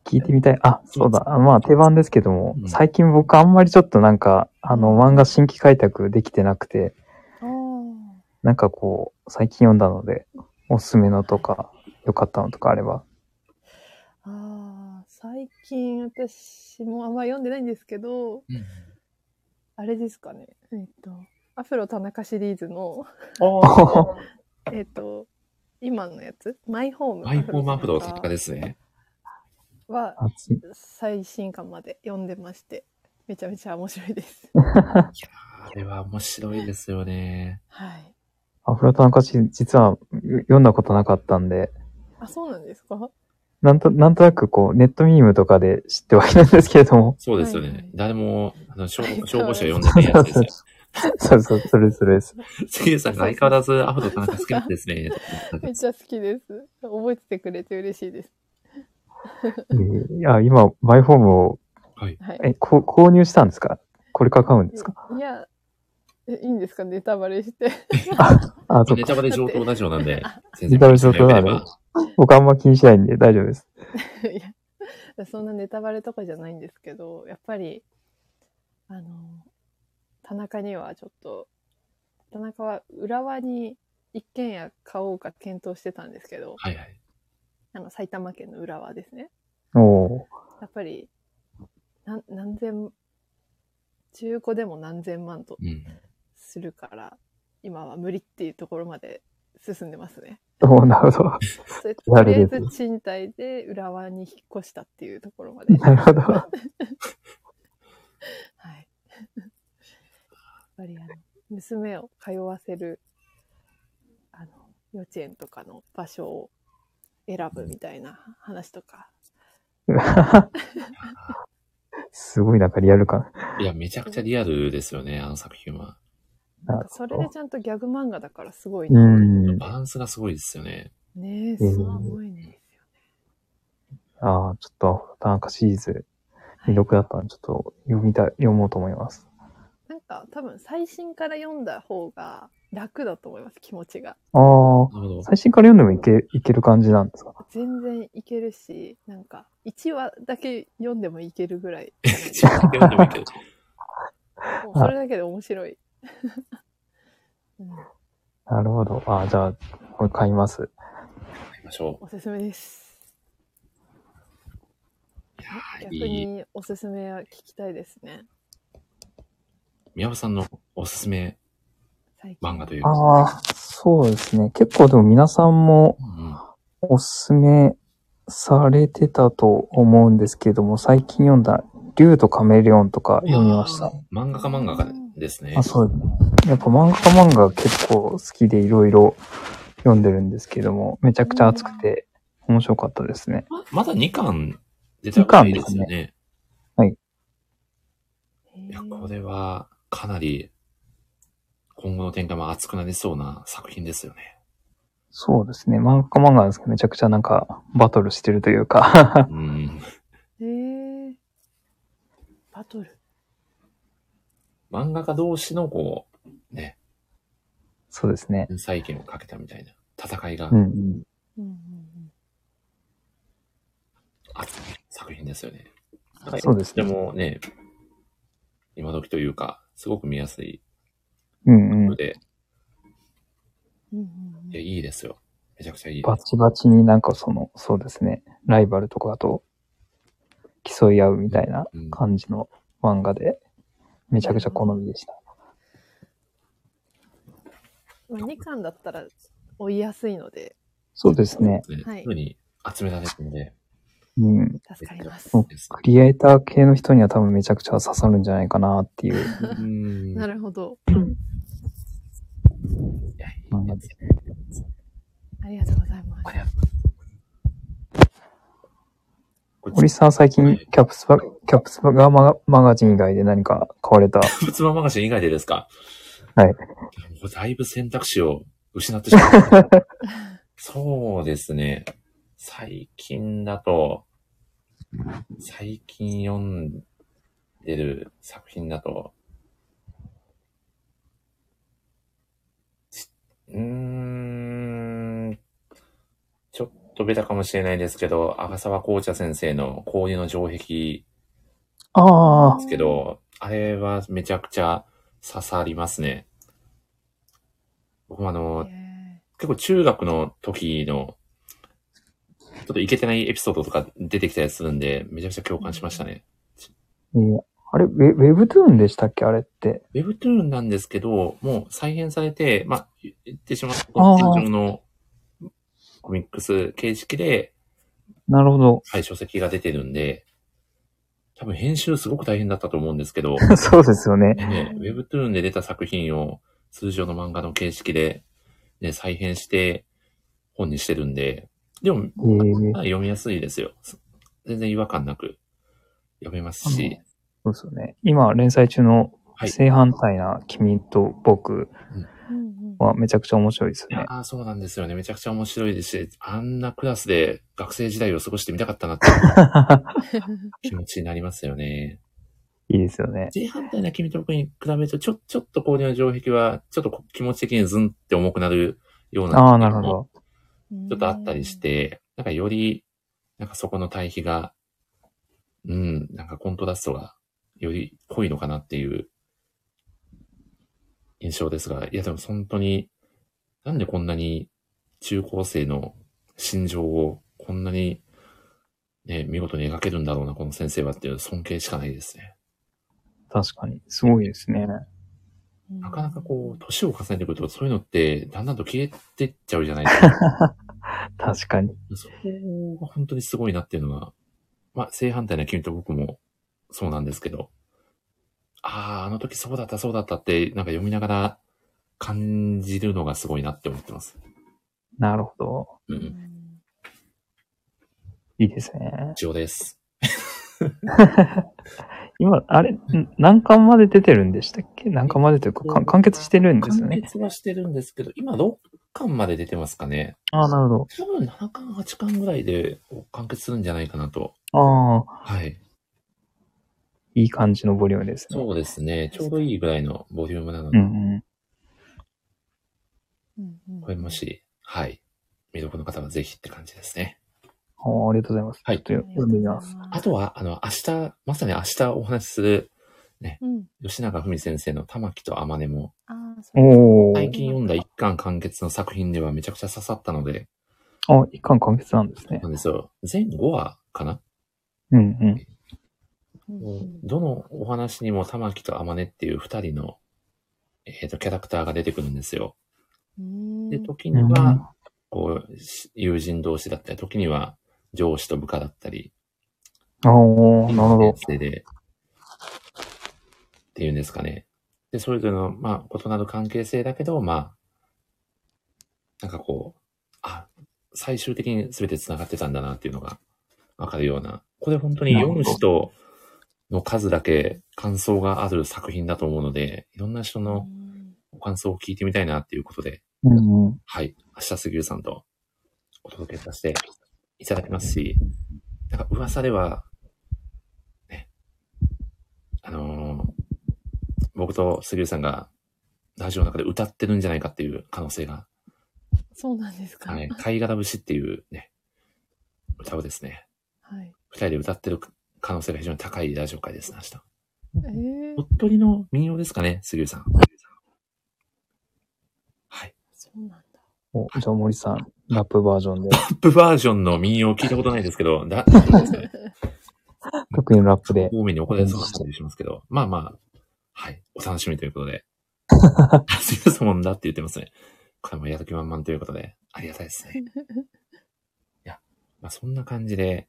聞いてみたい。あ、そうだ。あまあ定番ですけどもう、ん最近僕あんまりちょっとなんか、あの漫画新規開拓できてなくて、ああ。なんかこう、最近読んだので、おすすめのとか、良かったのとかあれば。ああ、最近私もあんま読んでないんですけど、あれですかね。えっと、アフロ田中シリーズの、あえっと、今のやつ、マイホーム。あ、マイホームアフロ作田家中ですね。はあつい最新刊まで読んでまして、めちゃめちゃ面白 [laughs] いです。あれは面白いですよね。はい。アフロタの歌詞、実は読んだことなかったんで、あ、そうなんですかなんと、なんとなくこう、ネットミームとかで知ってはいるんですけれども。そうですよね。はいはい誰も、あの消はい消防士は呼んでないやつ [laughs] ですよ。 [laughs] そうそう、それそれです。杉江さんが相変わらずアフロ田中好きなんですね。めっちゃ好きです。覚えててくれて嬉しいです。えーいや、今、マイホームを、はい。はい。え、こ購入したんですかこれから買うんですかいや、えいいんですかネタバレして。あ、そっネか。タバレ上等ラジオなんで、全ネタバレ上等なよけれのば僕あんま気にしないんで大丈夫です。 [laughs] いや、そんなネタバレとかじゃないんですけど、やっぱり、あの、田中にはちょっと、田中は浦和に一軒家買おうか検討してたんですけど、はいはい。あの、埼玉県の浦和ですね。おやっぱり、なん何千、中古でも何千万とうん。するから、今は無理っていうところまで進んでますね。ーおーなるほど。 [laughs] それなとりあえるほどず賃貸で浦和に引っ越したっていうところまで。なるほど。 [laughs] はい。やっぱりあの、娘を通わせる、あの、幼稚園とかの場所を選ぶみたいな話とか。すごいなんかリアル感。いや、めちゃくちゃリアルですよね、あの作品は。ななんかそれでちゃんとギャグ漫画だからすごいうな。ん。バランスがすごいですよね。ねえ、すごいんですよね。ああ、ちょっと、短歌シリーズ、魅力だったんで、ちょっと読みたい、読もうと思います。なんか多分最新から読んだ方が楽だと思います、気持ちが。ああ、なるほど。最新から読んでもいけ、いける感じなんですか全然いけるし、なんか1話だけ読んでもいけるぐらい。自 [laughs] 分で読んでもいいけどもうそれだけで面白い。 [laughs] うんなるほど。ああ、じゃあ、これ買います。買いましょおすすめです。う。いやー逆いい。におすすめは聞きたいですね。宮本さんのおすすめ最近漫画というか。ああ、そうですね。結構でも皆さんもうんうんおすすめされてたと思うんですけども、最近読んだ、竜とカメレオンとか読みましたあ。ー漫画家漫画家ですね。あ、そう。やっぱ漫画家漫画結構好きでいろいろ読んでるんですけども、めちゃくちゃ熱くて面白かったですね。ままだ2巻出たばかりですよ二巻ね。へーいや、これはかなり今後の展開も熱くなりそうな作品ですよね。そうですね。漫画家漫画なんですけど、めちゃくちゃなんかバトルしてるというか、 [laughs] うん。へーバトル。漫画家同士のこう、ね、そうですね。天才権をかけたみたいな戦いがうんうん。うんうんうん熱い作品ですよね。そうですでねもね、今時というか、すごく見やすいうんうのん。で、うんうんうんいやいいですよ。めちゃくちゃいい。バチバチになんかその、そうですね。ライバルとかと競い合うみたいなうん感じの漫画で、めちゃくちゃ好みでした。まあ、2巻だったら追いやすいのでそうですね。ねはいすぐに集められるので、うん。助かります。うんですクリエイター系の人には多分めちゃくちゃ刺さるんじゃないかなっていううんなるほど。いやいい漫画ですでよす。ありがとうございますあ。りがとうございます。堀さん最近キャプスバ、キャプスバガマガマガジン以外で何か買われた。プツママガジン以外でですかはいも [laughs] うだいぶ選択肢を失ってしまった。そうですね。最近だと、最近読んでる作品だと、ちうーん、ちょっとベタかもしれないですけど、阿沢紅茶先生の氷の城壁ああで、すけど、あれはめちゃくちゃ刺さりますね。僕もあの、え結構中学の時の、ちょっといけてないエピソードとか出てきたりするんで、めちゃくちゃ共感しましたね。えーあれ、ウェウェブトゥーンでしたっけあれって。 Webtoon なんですけど、もう再編されて、まあ、言ってしまうと、あー通常のコミックス形式で、なるほど。はい、書籍が出てるんで、多分編集すごく大変だったと思うんですけど、 [laughs] そうですよね。ね、Webtoon で出た作品を通常の漫画の形式で、ね、再編して本にしてるんで、でも、えーまあ、読みやすいですよ。全然違和感なく読めますし、そうですよね。今、連載中のはい。正反対な君と僕うんうんはめちゃくちゃ面白いですよね。ああ、そうなんですよね。めちゃくちゃ面白いですし、あんなクラスで学生時代を過ごしてみたかったな [laughs] っていう気 [laughs] 持ちになりますよね。いいですよね。正反対な君と僕に比べると、ちょ、ちょっと氷の城壁は、ちょっとこ気持ち的にズンって重くなるような。ああ、なるほど。ちょっとあったりし。て、なんかより、なんかそこの対比が、うん、なんかコントラストがより濃いのかなっていう印象ですが、いやでも本当に、なんでこんなに中高生の心情をこんなに、ね、見事に描けるんだろうな、この先生はっていう尊敬しかないですね。確かに。すごいですね。うんなかなかこう、年を重ねてくるとそういうのってだんだんと消えてっちゃうじゃないですか。確かに。そこが本当にすごいなっていうのが、まあ、正反対な君と僕もそうなんですけど、ああ、あの時そうだった、そうだったって、なんか読みながら感じるのがすごいなって思ってます。なるほど。う。うんんいいですね。一応です。今、あれ、ん何巻まで出てるんでしたっけ何巻までというかか、完結してるんですよ完ね。結はしてるんですけど、今6巻まで出てますかね。ああ、なるほ多分7巻、8巻ぐらいで完結するんじゃないかなと。ど。ああ、はい。いい感じのボリュームですね。そうですね。ちょうどいいぐらいのボリュームなのうで、んうん。うんこれもし、はい。魅力の方はぜひって感じですね。あーありがとうございます。はいちょっと読んでみます。。あとは、あの、明日、まさに明日お話しする、うん。吉永文先生の玉木と天音も、ああ、そう。お最ー。近読んだ一巻完結の作品ではめちゃくちゃ刺さったので、あ、一巻完結なんですねな。んですよ。全5話かな、うんうん。うんうんどのお話にも玉木と天音っていう二人の、えっ、と、キャラクターが出てくるんですよ。うんで、時には、こう、し友人同士だったり、時には上司と部下だったり、うんおー、なるほど先。生で、っていうんですかね。で、それぞれの、まあ、異なる関係性だけど、まあ、なんかこう、あ、最終的に全て繋がってたんだなっていうのがわかるような。これ本当になる読ほどむ人の数だけ感想がある作品だと思うので、いろんな人のご感想を聞いてみたいなっていうことで、うんうん。はい。明日杉浦さんとお届けさせていただきますし、なんか噂では、ね、あのー僕と杉浦さんがラジオの中で歌ってるんじゃないかっていう可能性が、そうなんですか。はい。貝殻節っていうね、歌をですね、はい。二人で歌ってる可能性が非常に高いラジオ会ですね、明日。ええ、鳥取の民謡ですかね、杉浦さん。はい。そうなんだ。 [laughs] お、じゃあ森さん、ラップバージ [laughs] ョンで、アップバージョンの民謡聞いたことないですけど、だ、特にラップで。多めに怒られそうな感じしますけど、まあまあ、はい、お楽しみということで。すいませんもんだって言ってますね。これもやる気満々ということで、ありがたいですね。いや、まあそんな感じで、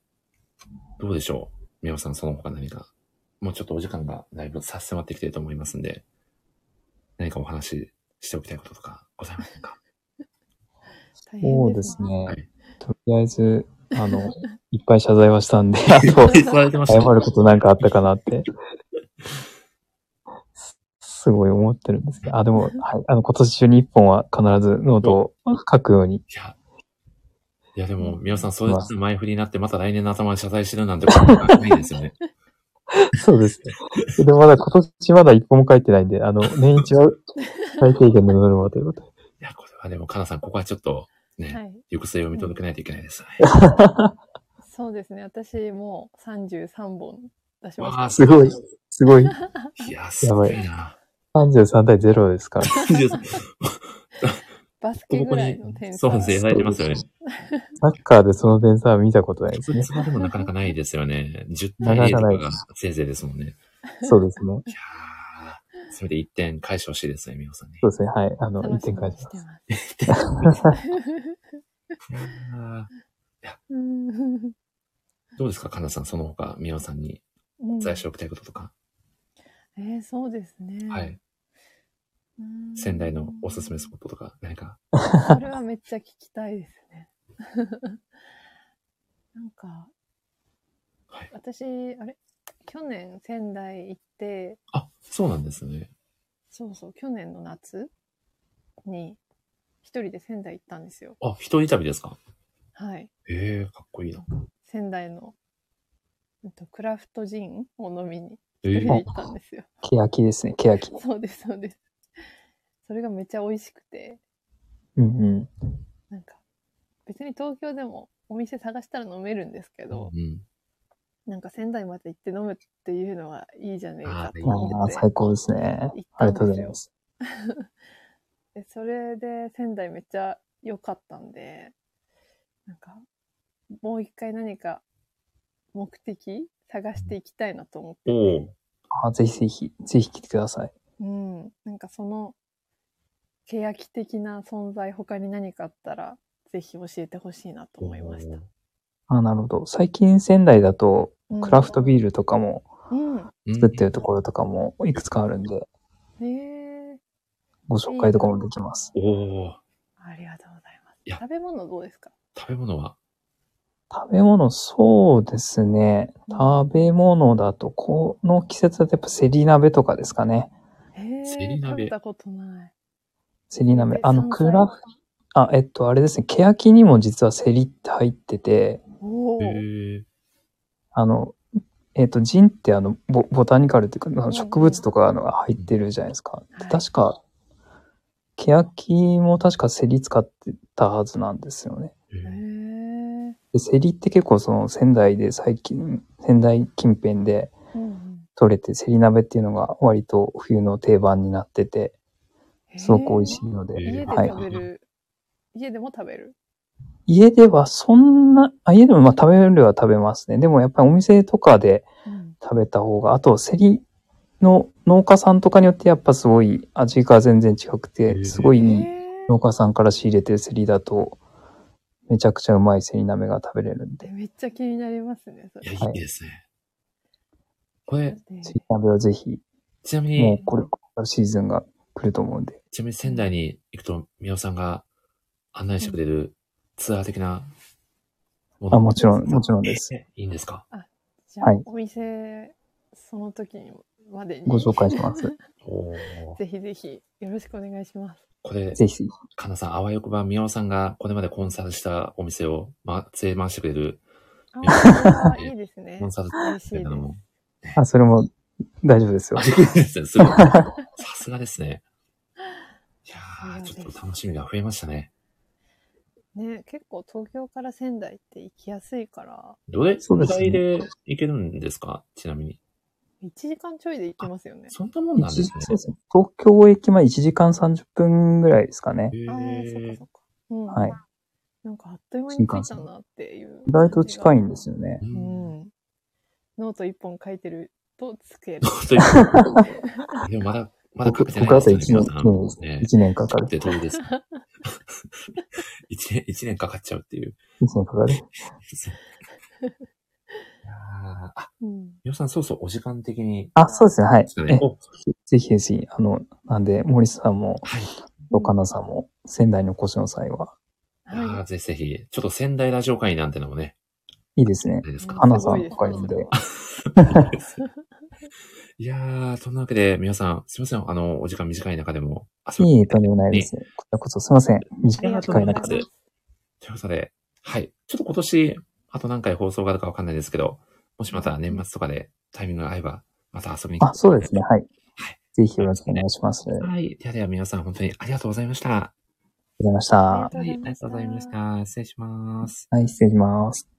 どうでしょう宮本さん、その他何か。もうちょっとお時間がだいぶ差し迫ってきてると思いますんで、何かお話ししておきたいこととかございませんか大変そうです。ねはい。とりあえず、あの、いっぱい謝罪はしたんで、あと、座られてまし謝た、ね。ることなんかあったかなって、すすごい思ってるんですけど、あ、でも、はい、あの、今年中に一本は必ずノートを書くようにいや、いや、でも、うん皆さん、そうやって前振りになって、また来年の頭に謝罪してるなんて、僕はないですよね。そうですね。で、まだ今年まだ一本も書いてないんで、あの、年一は最低限のノルマということで。いや、これはでも、かなさん、ここはちょっと、ね、はい。行く末を見届けないといけないですね。そうですね。私もう33本出しまわしあ、た。すすごごいい。、すごい。いや、すごい [laughs] な。 33対0ですから。バスケこぐこらいにの点、そ差うですね、差やられてますよね。サッカーでその点差は見たことない普です通ね。それでもなかなかないですよね。10対0なとかなかかがないせいぜいですもんね。そうですね。いやーそれで1点返してほしいですね、みおさんにそ。うですね。はい。あの、楽1し点み返にししてます。ます。あ [laughs] うんーどうですか、かなさん、その他、みおさんにうん最初送りたいこととか。えー、そうですね。はい。うん仙台のおすすめスポットとか、何か。それはめっちゃ聞きたいですね。 [laughs] なんか、はい。私、あれ去年仙台行って、あ、そうなんですね。そうそう、去年の夏に一人で仙台行ったんですよ。あ、一人旅ですかはい。ええー、かっこいいな。仙台の、えっと、クラフトジンを飲みにえ一人で行ー、ったんですよ。ケヤキですね、ケヤキ。そうです、そうです。それがめっちゃ美味しくて、うんなんか、別に東京でもお店探したら飲めるんですけど、うん。なんか仙台まで行って飲むっていうのはいいじゃねえかってうん。あ思っあ、て。最高ですね。ありがとうございます。で、それで仙台めっちゃ良かったんで、なんか、もう一回何か目的探していきたいなと思って。おお。ああ、ぜひぜひ、ぜひ来てください。うん。なんかその、欅的な存在他に何かあったら、ぜひ教えてほしいなと思いました。ああ、なるほど。最近仙台だと、うんクラフトビールとかもううん。ん作ってるところとかもいくつかあるんで、ねえご紹介とかもできます。おお。ありがとうございまいやす。食べ物どうですか食べ物は食べ物、そうですね。食べ物だと、この季節だとやっぱセリ鍋とかですかね。へえセリ食鍋べたことない。セリ鍋え。あの、山菜クラフ、あ、えっと、あれですね。ケヤキにも実はセリって入ってて、おお。えー、あの、えっと、ジンってあのボ、ボタニカルっていうか、あうんうのん植物とかのが入ってるじゃないですか。はい確か、ケヤキも確かセリ使ってたはずなんですよね。えへーえ。でセリって結構その仙台で最近、仙台近辺でうんうん取れて、セリ鍋っていうのが割と冬の定番になってて、すごく美味しいので、へ家ではい。食べる、家でも食べる。家ではそんな、あ家でもまあ食べるは食べますね。でもやっぱりお店とかで食べた方が、あとセリの農家さんとかによってやっぱすごい味が全然違くへえて、すごいえ農家さんから仕入れてるセリだと、めちゃくちゃうまいセリ鍋が食べれるんで、めっちゃ気になりますね、そいや、れ。いいですね。これ、セリ鍋はぜひ、ちなみもうに、これからシーズンが来ると思うんで、ちなみに仙台に行くと、みおさんが案内してくれるツアー的なもあもちろんもちろんです。えいいんですかじゃあはいお店、その時までに。ご紹介し [laughs] ます。おーぜひぜひ、よろしくお願いします。これ、ぜひぜひ。かなさん、あわよくばみおさんがこれまでコンサルしたお店を、ま、連れ回してくれるあー、いいですねコ。ンサル嬉しいみたいな。ですのも。あ、それも大丈夫ですよあ、。できるんですね。す [laughs] ごい。さすがですね。いやー、ちょっと楽しみが増えましたね。ね、結構東京から仙台って行きやすいから、どれそうぐでらすねいで行けるんですかちなみに。 1時間ちょいで行きますよね。そんなもんなんですね一時そうですね東京駅前1時間30分ぐらいですかね。。ああー、そっへかーそっか。うん。はい。なんかあっという間に着いたなっていう。意外と近いんでですよね。ううんん。ノート一本書いてると机 [laughs] ちるょ。っと今でもまだ、まだかけてない僕あと1ですよね皆さん年、ね一年かか作るっ。て遠いです。一年、一年かかっちゃうっていう。 1年かかる。あー、あうん。みおさん、そうそう、お時間的に。あ、そうですね。はいですか。えね。お、ぜひぜひ、あの、なんで、森さんも、はい。岡野さんも、仙台の越しの際は、あはあ、ぜひぜひ、ちょっと仙台ラジオ会なんてのもね、いいですねあ。れですか。花さんとかいるんで。いやー、とんなわけで、皆さん、すいません、あの、お時間短い中でも。あ、そういいとんでもないです。こちらこそすいませい。ん。あり短がいとうござい中まで。す。ということで、はい。ちょっと今年、あと何回放送があるかわかんないですけど、もしまた年末とかでタイミングが合えば、また遊びに来てあ、そうですね。はい。ぜひよろしくお願いします。ありがとうはい。ではでは皆さん本当にありがとうございました。ございました。はい。ありがとうございました。失礼します。はい、失礼します。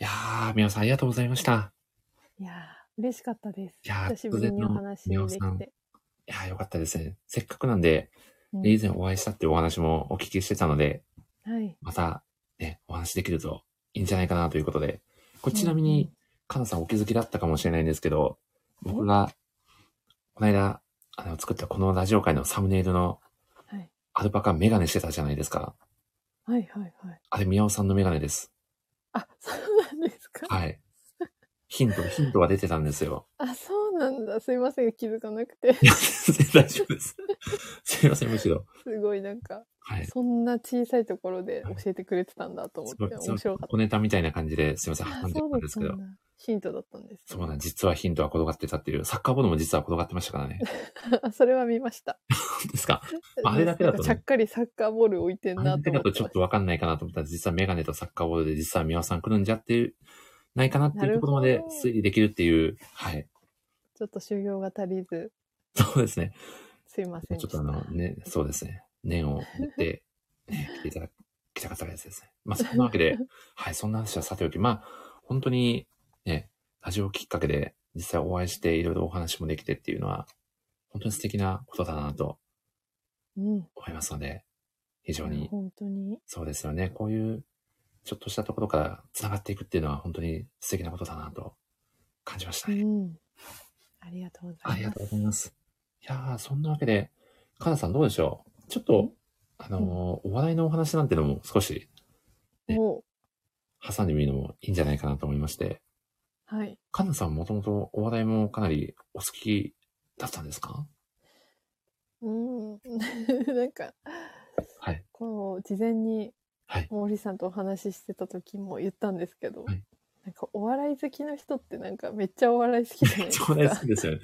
いやー、みおさんありがとうございました。いやー、嬉しかったです。いやー久しぶりにお突然の話でみおさんきて。いやー、よかったですね。せっかくなんで、うん以前お会いしたっていうお話もお聞きしてたので、はい。またね、お話できるといいんじゃないかなということで。これちなみに、かなさんお気づきだったかもしれないんですけど、僕が、この間、あの、作ったこのラジオ界のサムネイルのはい、アルパカメガネしてたじゃないですか。うん、はいはいはい。あれ、宮尾さんのメガネです。あ、 [laughs] そうなんですか。はい。ヒ [laughs] ント、ヒントが出てたんですよ。あ、そうなんだ。すいません。気づかなくて。いや、全然大丈夫です。 [laughs] すいません、むしろ。すごいなんか、はい。そんな小さいところで教えてくれてたんだと思って、すご面いすご白いかっ小ネタみたいな感じですいません、た。あ挟んでそたうんだでっすたけどん。だ。ヒントだったんです。そうなん、実はヒントは転がってたっていう、サッカーボールも実は転がってましたから [laughs] ね。あそれは見ました。本当ですかああれだけだとねなんかちゃっかりサッカーボール置いてんあなれだけと思だとってましちたょっとわかんないかなと思ったら、実はメガネとサッカーボールで実は宮尾さん来るんじゃっていう、ないかなっていうところまなでるほど推理できるっていう、はい。 [laughs] ちょっと修行が足りず、そうですね。すいませんちでょっした。とあの、ね、そうですね。念を持 [laughs] って、ね、来ていただきたかったやつですね。まあ、そんなわけ [laughs] で、はい、そんな話はさておき、まあ、本当に、ね、ラジオきっかけで実際お会いしていろいろお話もできてっていうのは、本当に素敵なことだなとうん。思いますので、非常いにや本当に。そうですよね。こういう、ちょっとしたところから繋がっていくっていうのは本当に素敵なことだなと感じましたうね。ん。ありがとうございます。ありがとうございます。いやー、そんなわけで、かなさんどうでしょうちょっと、あのーお笑いのお話なんてのも少しねも挟んでみるのもいいんじゃないかなと思いまして、う、はい。かなさんもともとお笑いもかなりお好きだったんですかうん。なん [laughs] か、はい。こう、事前にはい、毛利さんとお話ししてた時も言ったんですけど、はいなんかお笑い好きの人ってなんかめっちゃお笑い好きじゃないで [laughs] すおか。笑い好きですよね。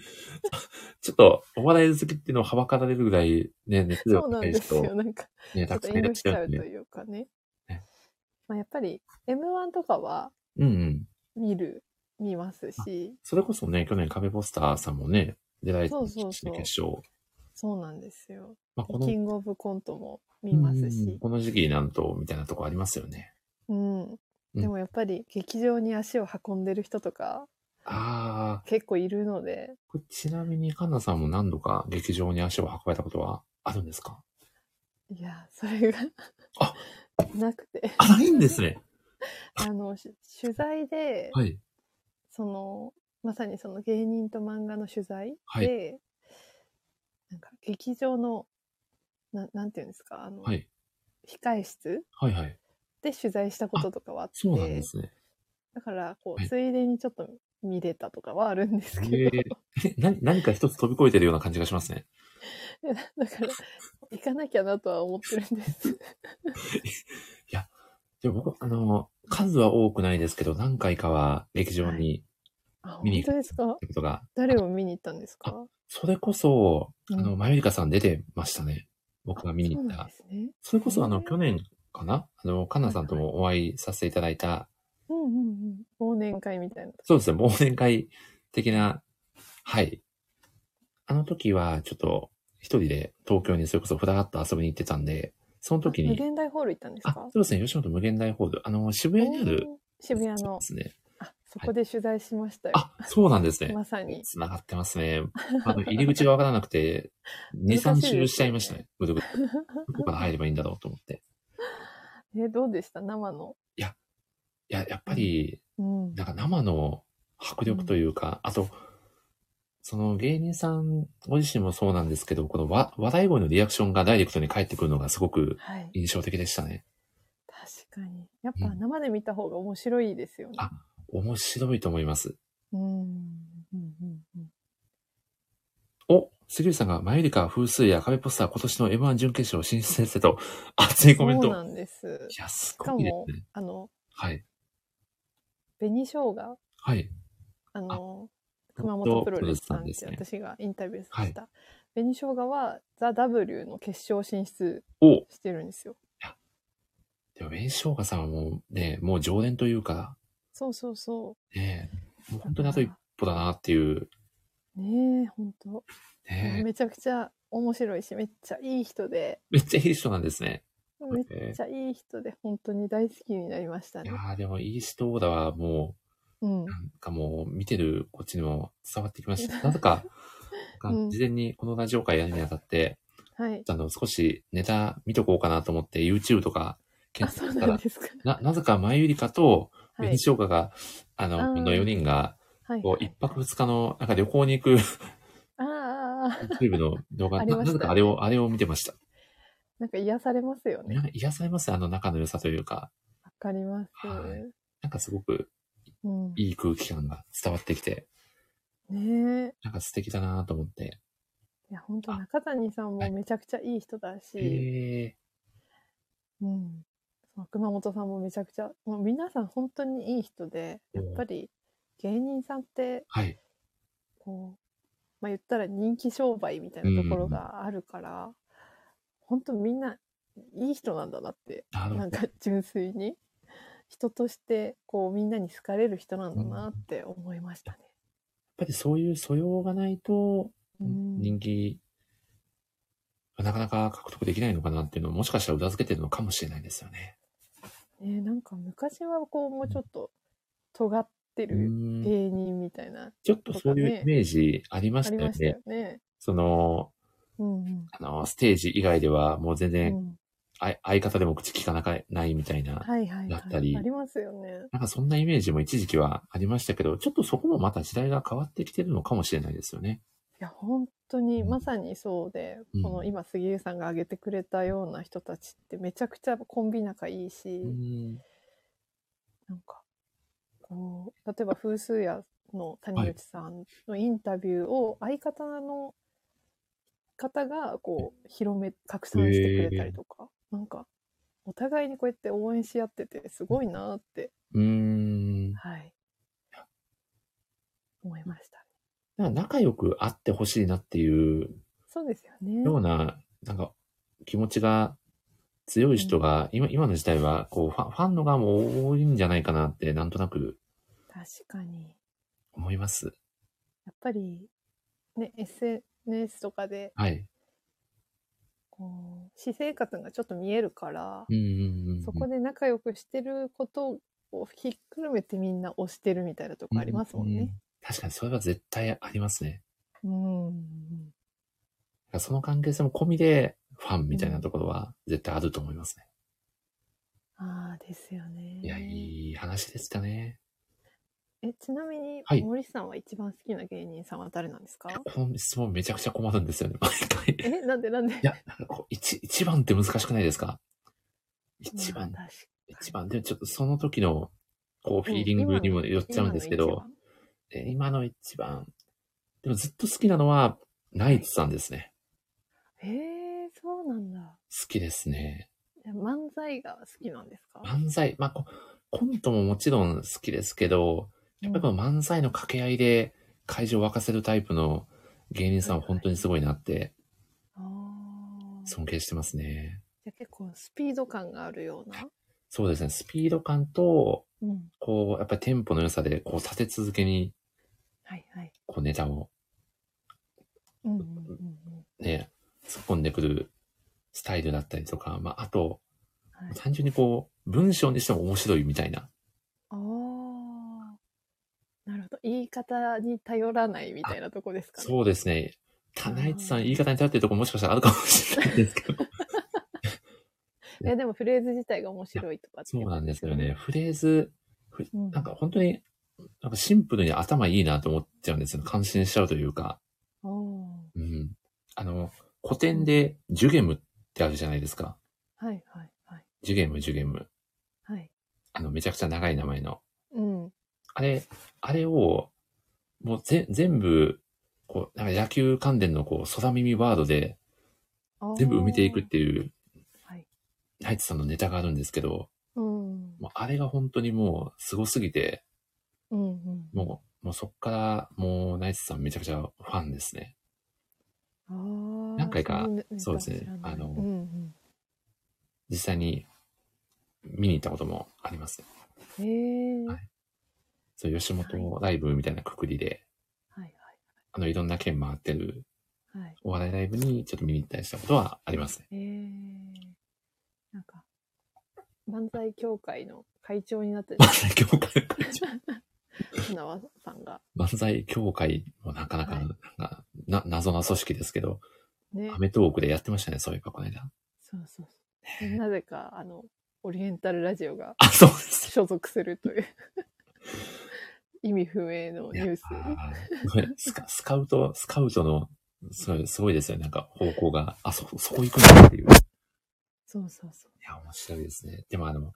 ちょっと、お笑い好きっていうのをはばかられるぐらい、ね、熱量そうなん高いです人、ね、よ。なんか、ちょたっくとさんい遠らっ慮ししちゃゃるうんとで。いうかねね。まあ、やっぱり M1 とかはうんうん。見る、見ますし、それこそね、去年壁ポスターさんもね、出られてそまうそうしたそうね、決勝。そうなんですよ。まあ、このキ、ングオブコントも見ますうんし、この時期になると、みたいなとこありますよね。うん。でもやっぱり劇場に足を運んでる人とかああ、結構いるので、これちなみに、カンナさんも何度か劇場に足を運ばれたことはあるんですかいや、それがあ [laughs] なくて、あ、ないんですね。あの、し取材で、はい。その、まさにその芸人と漫画の取材で、はいなんか劇場の、ななんていうんですか、あの、はい。控え室はいはい。で取材したこととかはあって、そうなんですね。だから、こう、はいついでにちょっと見れたとかはあるんですけど、へーえ、な、何か一つ飛び越えてるような感じがしますね。 [laughs] だから、行かなきゃなとは思ってるん [laughs] です。でも僕、あの、数は多くないですけど、何回かは劇場にあ、見に本行く当ですか行くことが、誰を見に行ったんですかそれこそ、あうの、んマユリカさん出てましたね。僕が見に行っそうなんたで。すね。それこそあへの、ー去年かなあの、カンナさんともお会いさせていただいた、うんうんうん。忘年会みたいなとこ。そうですね、忘年会的な、はい。あの時は、ちょっと、一人で東京にそれこそふらっと遊びに行ってたんで、その時無に、限大ホール行ったんですあ、かそうですね、吉本無限大ホール、あの、渋谷にある、おー渋谷そのうで。すね。あ、そこで取材しましたよ。あ、そうなんですね。まさに。繋がってますね。あ [laughs] の、入り口がわからなくて、2、難3しいですよね周しちゃいました [laughs] ね。ぐるぐる。どこから入ればいいんだろうと思って。え、どうでした生の。いや、やっぱり、うん。なんか生の迫力というか、あと、その芸人さんご自身もそうなんですけど、このわ笑い声のリアクションがダイレクトに返ってくるのがすごくはい。印象的でしたね。確かに。やっぱ生で見た方が面白いですよね。あ面白いと思います。うん。うんうんうん。お杉内さんが、マユリカ、風水や壁ポスター今年の M1 準決勝進出先生と [laughs] 熱いコメント。そういなんです。しや、すかごいでもすね。、あの、はい。紅生姜、はい。あの、熊本プロレスさんプってロレスさん私がインタビューさせた紅生姜はザ・ W の決勝進出おしてるんですよ。でも、弁償家さんはもうね、もう常連というか、そうそうそねもう本当にあと一歩だなっていう、う。ねえ、ほんと。ねめちゃくちゃ面白いし、めっちゃいい人で、めっちゃいい人なんですね。めっちゃいい人で、本当に大好きになりましたいねや。ーでも、いい人だわ、もうんう、。なんかもう、見てるこっちにも伝わってきました。なぜ [laughs] か、うん事前にこのラジオ会やるにあたって、はい。あの、少しネタ見とこうかなと思って、YouTube とかあ、検そ索うしたなんら、ですか。な、なぜか前ゆりかと、は紅い。生姜が、あの、あーこの4人が、はいこう、一泊二日の、なんか旅行に行 [laughs] くあーあー、あー YouTube の動画、ありなまなしたねぜかあれを、あれを見てました。なんか癒されますよねな。んか癒されますねあの仲の良さというか、わかります。はいなんかすごくうん。いい空気感が伝わってきて、ねえ。なんか素敵だなと思って。いや、本当あ中谷さんはいもめちゃくちゃいい人だし、へえうん。その熊本さんもめちゃくちゃ、もう皆さん本当にいい人で、やっぱり芸人さんって、はい。こう、まあ言ったら人気商売みたいなところがあるから、本当みんないい人なんだなって、なるなほんど。か純粋に。人として、こうみんなに好かれる人なんだなって思いましたね。やっぱりそういう素養がないと、うん人気、なかなか獲得できないのかなっていうのをもしかしたら裏付けてるのかもしれないですよね。ね、なんか昔はこうもうちょっと尖ってうるん芸人みたいな、ちょっとそういうイメージありまあしりたよましたねよ。ね。その、うんうんあの、ステージ以外ではもう全う然、ん、あい相方でも口聞かなかないみたいな。はいはい、だはったりい。ありますよね。なんかそんなイメージも一時期はありましたけど、ちょっとそこもまた時代が変わってきてるのかもしれないですよね。いや、本当にうんまさにそうで、うんこの今杉江さんが挙げてくれたような人たちってめちゃくちゃコンビ仲いいし、うん。なんか、こう、例えば風水屋の谷口さんのインタビューを相方の方がこう、広め、拡散してくれたりとか、なんか、お互いにこうやって応援し合ってて、すごいなーって、うーん。だはい。思いました。から仲良く会ってほしいなっていうそうですよね。ような、なんか気持ちが強い人が、今、今の時代は、こうファン、ファンの側も多いんじゃないかなって、なんとなく確かに。思います。やっぱり、ね、SNS とかで、はい。こう、私生活がちょっと見えるからう、んうんうんうん。そこで仲良くしてることをひっくるめてみんな推してるみたいなとこありますもんううね。。確かにそれは絶対ありますね。うん。だからその関係性も込みで、ファンみたいなところは絶対あると思いますね。ああ、ですよね。いや、いい話でしたね。え、ちなみにはい、森さんは一番好きな芸人さんは誰なんですか、この質問めちゃくちゃ困るんですよね、毎回。いえ、なんでなんでや、なんかこう、一、一番って難しくないですか一番、まあ確か一番。でもちょっとその時の、こう、フィーリングにもよっにちゃうんですけど、え今の一番。でもずっと好きなのは、ナイツさんですね。今の一番えー、そうなんだ。好きですね。え漫才が好きなんですか漫才、まあこ、コントももちろん好きですけど、やっぱりこの漫才の掛け合いで会場を沸かせるタイプの芸人さんは本当にすごいなってああ。尊敬してますね。じゃあ結構スピード感があるような。そうですね、スピード感と、うん。こう、やっぱりテンポの良さで、こう、立て続けに、はいはい。こう、ネタをうんうんうんうん。ね、突っ込んでくるスタイルだったりとか、まあ、あと、はい、単純にこう、文章にしても面白いみたいな。ああ。なるほど。言い方に頼らないみたいなとこですかね。そうですね。田うん内さん、言い方に立ってるとこもしかしたらあるかもしれないですけど。 [laughs] いや、でもフレーズ自体が面白いとかってそうなんですよね。。フレーズ、ふうんなんか本当に、なんかシンプルに頭いいなと思っちゃうんですよ。感心しちゃうというか。おおうん。あの、古典で、ジュゲムってあるじゃないですか。ー。はいはいはい。ジュゲム、ジュゲム。はい。あの、めちゃくちゃ長い名前の。うん。あれ、あれを、もうぜ全部、こう、なんか野球関連のこう、空耳ワードであー全部埋めていくっ。ていう、はい。ナイツさんのネタがあるんですけど、うん。もうあれが本当にもう、すごすぎて、うんうん。もう、もうそっから、もう、ナイツさんめちゃくちゃファンですね。何何回かそうですねあのうんうん、実際に見に行ったこともあります。えー、はいそう、吉本ライブみたいなくくりで、はいあの、いろんな県回ってるはいはい。お笑いライブにちょっと見に行ったりしたことはありますね。えー、なんか、万歳協会の会長になってた漫才協会、船輪さんが、漫才協会もなかなか、はないんかな、謎な組織ですけど、ねア、メトークでやってましたね、そういえば、この間。そうそうそう。なぜか、あの、オリエンタルラジ [laughs] オがあ、そうです。所属するという意味不明のいニやュース。あーごめんスカスカウト、スカウトの、すごい、すごいですよね。なんか方向が、あ、そ、そこ行くんだっていう。いそうそうそう。や、面白いですね。でもあの、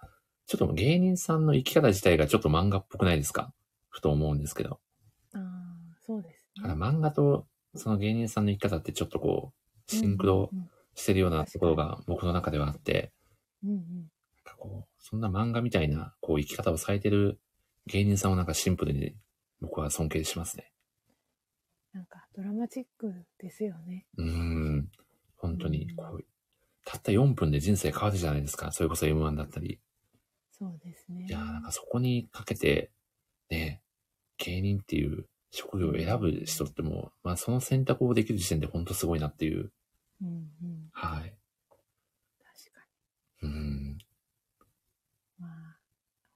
ちょっと芸人さんの生き方自体がちょっと漫画っぽくないですかふと思うんですけど。ああ、そうですだねから。漫画とその芸人さんの生き方ってちょっとこう、シンクロうんしてるようなところが僕の中ではあって、うんうんなんかこう、そんな漫画みたいな、こう、生き方をされてる芸人さんをなんかシンプルに僕は尊敬しますね。なんかドラマチックですよね。うーん。本当に、こう、たった4分で人生変わるじゃないですか。それこそ M1 だったり。そうですね。いやーなんかそこにかけて、ね、芸人っていう職業を選ぶ人ってもう、まあその選択をできる時点で本当すごいなっていう。うんうん、はい。確かうーん。に。まあ、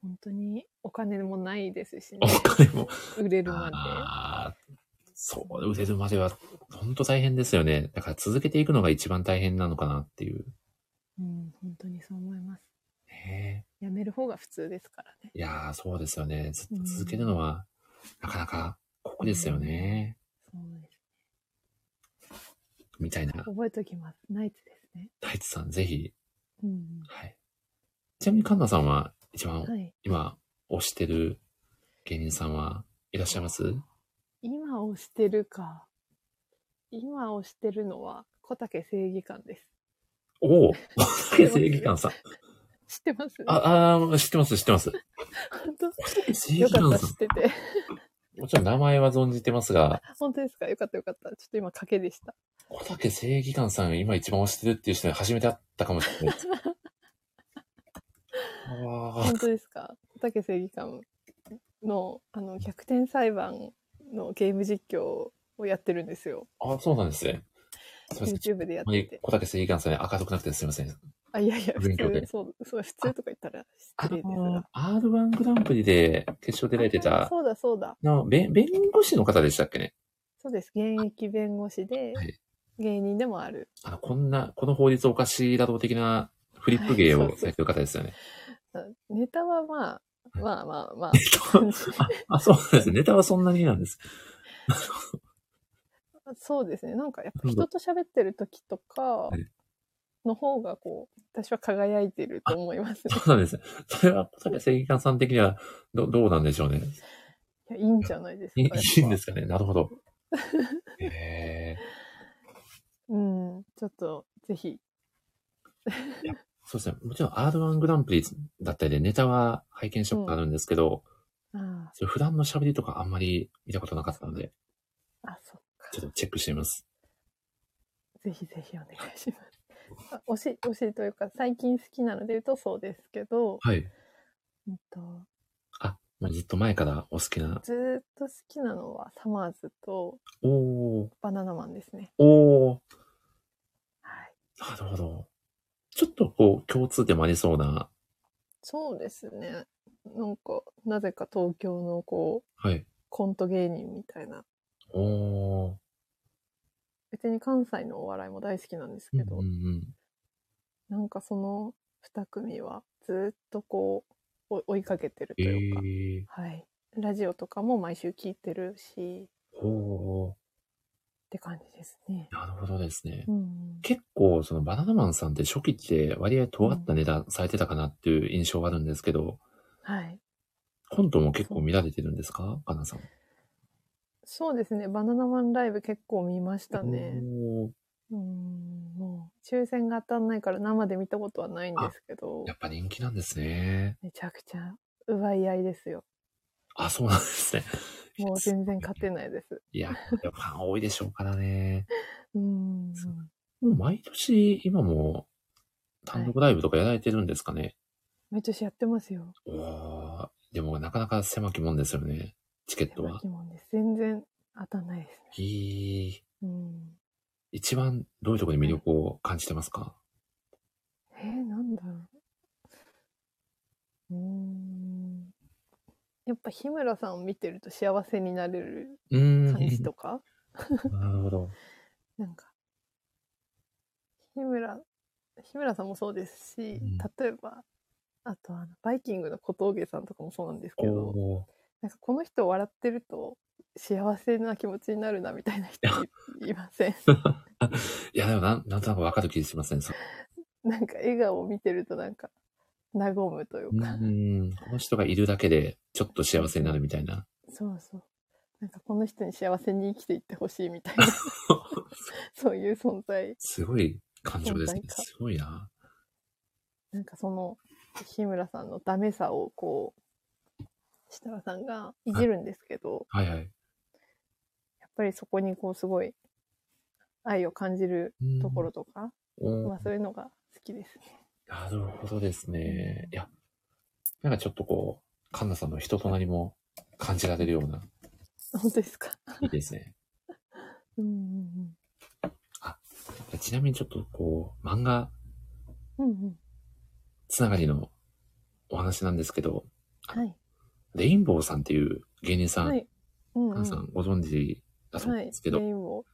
本当にお金もないですしねお。金も。売れるまああ、そう、売れるまでは本当大変ですよね。だから続けていくのが一番大変なのかなっていう。で。うん、本当にそう思います。ねやめる方が普通ですからね。えいやー、そうですよね。ずっうとん続けるのは、なかなか酷ですよね。そうです。みたいな。覚えときます。ナイツですね。大地さん、ぜひ。うんうん、はい。ちなみに、カンナさんは、一番、はい。今、推してる芸人さんはいらっしゃいます今押してるか。今押してるのは小竹正義感です。お [laughs] お正てます義感さん。知ってますあ、あー知ってます、知ってます。本当正よ義かっ感た、さ知っん。てて。もちろん名前は存じてますが、本当ですかよかった、よかった。ちょっと今、賭けでした。小竹正義感さんが今一番推してるっていう人に初めて会ったかもしれ [laughs] ないです。あ本当ですか小竹正義感の、あの、逆転裁判のゲーム実況をやってるんですよ。ーあ、そうなんですね。すみません。 YouTube でやあっんまてりて。小竹正義感さんに明るくなくてすみません。あ、いやいや、普勉強通、でそう、そう、普通とか言ったらあ失礼ですのが。、 R1 グランプリで決勝出られてあた、そうだ、そうだ。の、弁弁護士の方でしたっけねそうです。現役弁護士ではい、芸人でもある。あの、こんな、この法律おかしいだろう的なフリップ芸はをいそうそうされてる方ですよね。ネタはまあ、はいまあまあまあ。あ、そうなんです。ネタはそんなになんです。 [laughs] そうですね。なんかやっぱなるほ人と喋ってる時とかはいの方がこう、私は輝いてると思いますねそ。うなんです。それは小竹正義感さん的にはどどうなんでしょうね。いやいいんじゃないですか。いやっぱいいんですかね。なるほ [laughs] ど。へえうん。ちょっと、ぜひ。そうですね。もちろん R1 グランプリだったりでネタは拝見したことあるんですけど、あそれ普段の喋りとかあんまり見たことなかったので、あ、あ、そっか。ちょっとチェックしてみます。ぜひぜひお願いします。あ推し、 [laughs] 推しというか、最近好きなので言うとそうですけど、はい。うんと、あ、まあ、ずっと前からお好きな。ずーっと好きなのはサマーズとおー、バナナマンですね。おー、はい。なるほど。ちょっとこう、共通点もありそうな。そうですね。なんか、なぜか東京のこう、はい。コント芸人みたいな。おー。別に関西のお笑いも大好きなんですけど、うんうんなんかその2組はずーっとこうお追いかけてるえというか、ー、はい、ラジオとかも毎週聞いてるしおって感じですね。ー、なるほどですね。うん、結構、そのバナナマンさんって初期って割合尖ったネタされてたかなっていう印象があるんですけど、はいコントも結構見られてるんですかかなさん。そうですね「バナナマンライブ」結構見ましたね。おーうんもう抽選が当たんないから生で見たことはないんですけどやっぱ人気なんですね。めちゃくちゃ奪い合いですよ。あ、そうなんですね。もう全然勝てないです。いや、やっぱ多いでしょうからね。うん。もう毎年、今も、単独ライブとかやられてるんですかね。毎年やってますよ。おーでもなかなか狭きもんですよね。チケット手は巻。きもんです。全然当たんないですね。えー、うん。一番どういうところに魅力を感じてますかえー、なんだろう。うーん。やっぱ日村さんを見てると幸せになれるうーん。感じとか、なるほど。なんか、日村、日村さんもそうですし、うん例えば、あとあの、バイキングの小峠さんとかもそうなんですけど、おーなんかこの人笑ってると幸せな気持ちになるなみたいな人 [laughs] いいません。いや、でもなん、なんとなくわかる気がしません、ね。そなんか笑顔を見てるとなんか、和むといううか、ん。この人がいるだけで、ちょっと幸せになるみたいな。そうそう。なんかこの人に幸せに生きていってほしい [laughs] みたいな、そういう存在。すごい感情ですね存。在感すごいな。なんかその、日村さんのダメさをこう、設楽さんがいじるんですけど、はいはい。やっぱりそこにこうすごい愛を感じるうんところとか、おーまあそういうのが好きですね。なるほどですね。いや、なんかちょっとこう、カンナさんの人となりも感じられるような、本当ですか。いいですね。 [laughs] うんうんちなみにちょっとこう、漫画うん。うんうん。つながりのお話なんですけど、はい。レインボーさんっていう芸人さん、はい。うん、うカンナさんご存知だと思うんですけど、はい、レインボ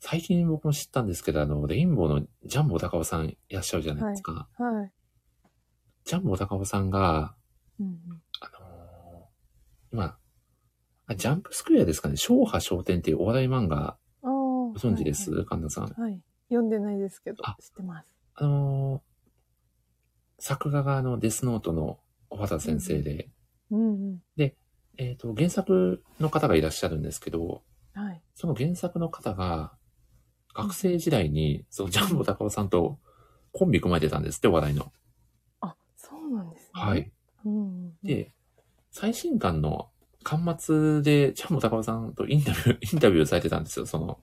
最近僕も知ったんですけど、あの、レインボーのジャンボ高尾さんいらっしゃるじゃないですか。ー。はい。ジャンボ高尾さんが、うんうん、あのー今、あジャンプスクエアですかね、昭波商店っていうお笑い漫画、ああ。ごご存知です、神田さん。はい、はい。読んでないですけどあ、知ってます。あのー作画があのデスノートの小畑先生で、うんえっ、と、原作の方がいらっしゃるんですけど、うん。はい。その原作の方が、学生時代に、そのジャンボ高尾さんとコンビ組まれてたんですって、お笑いの。あ、そうなんですね。はい。。うん、うん。、で、最新刊の巻末で、ジャンボ高尾さんとインタビュー、イ [laughs] ンタビューされてたんですよ、その、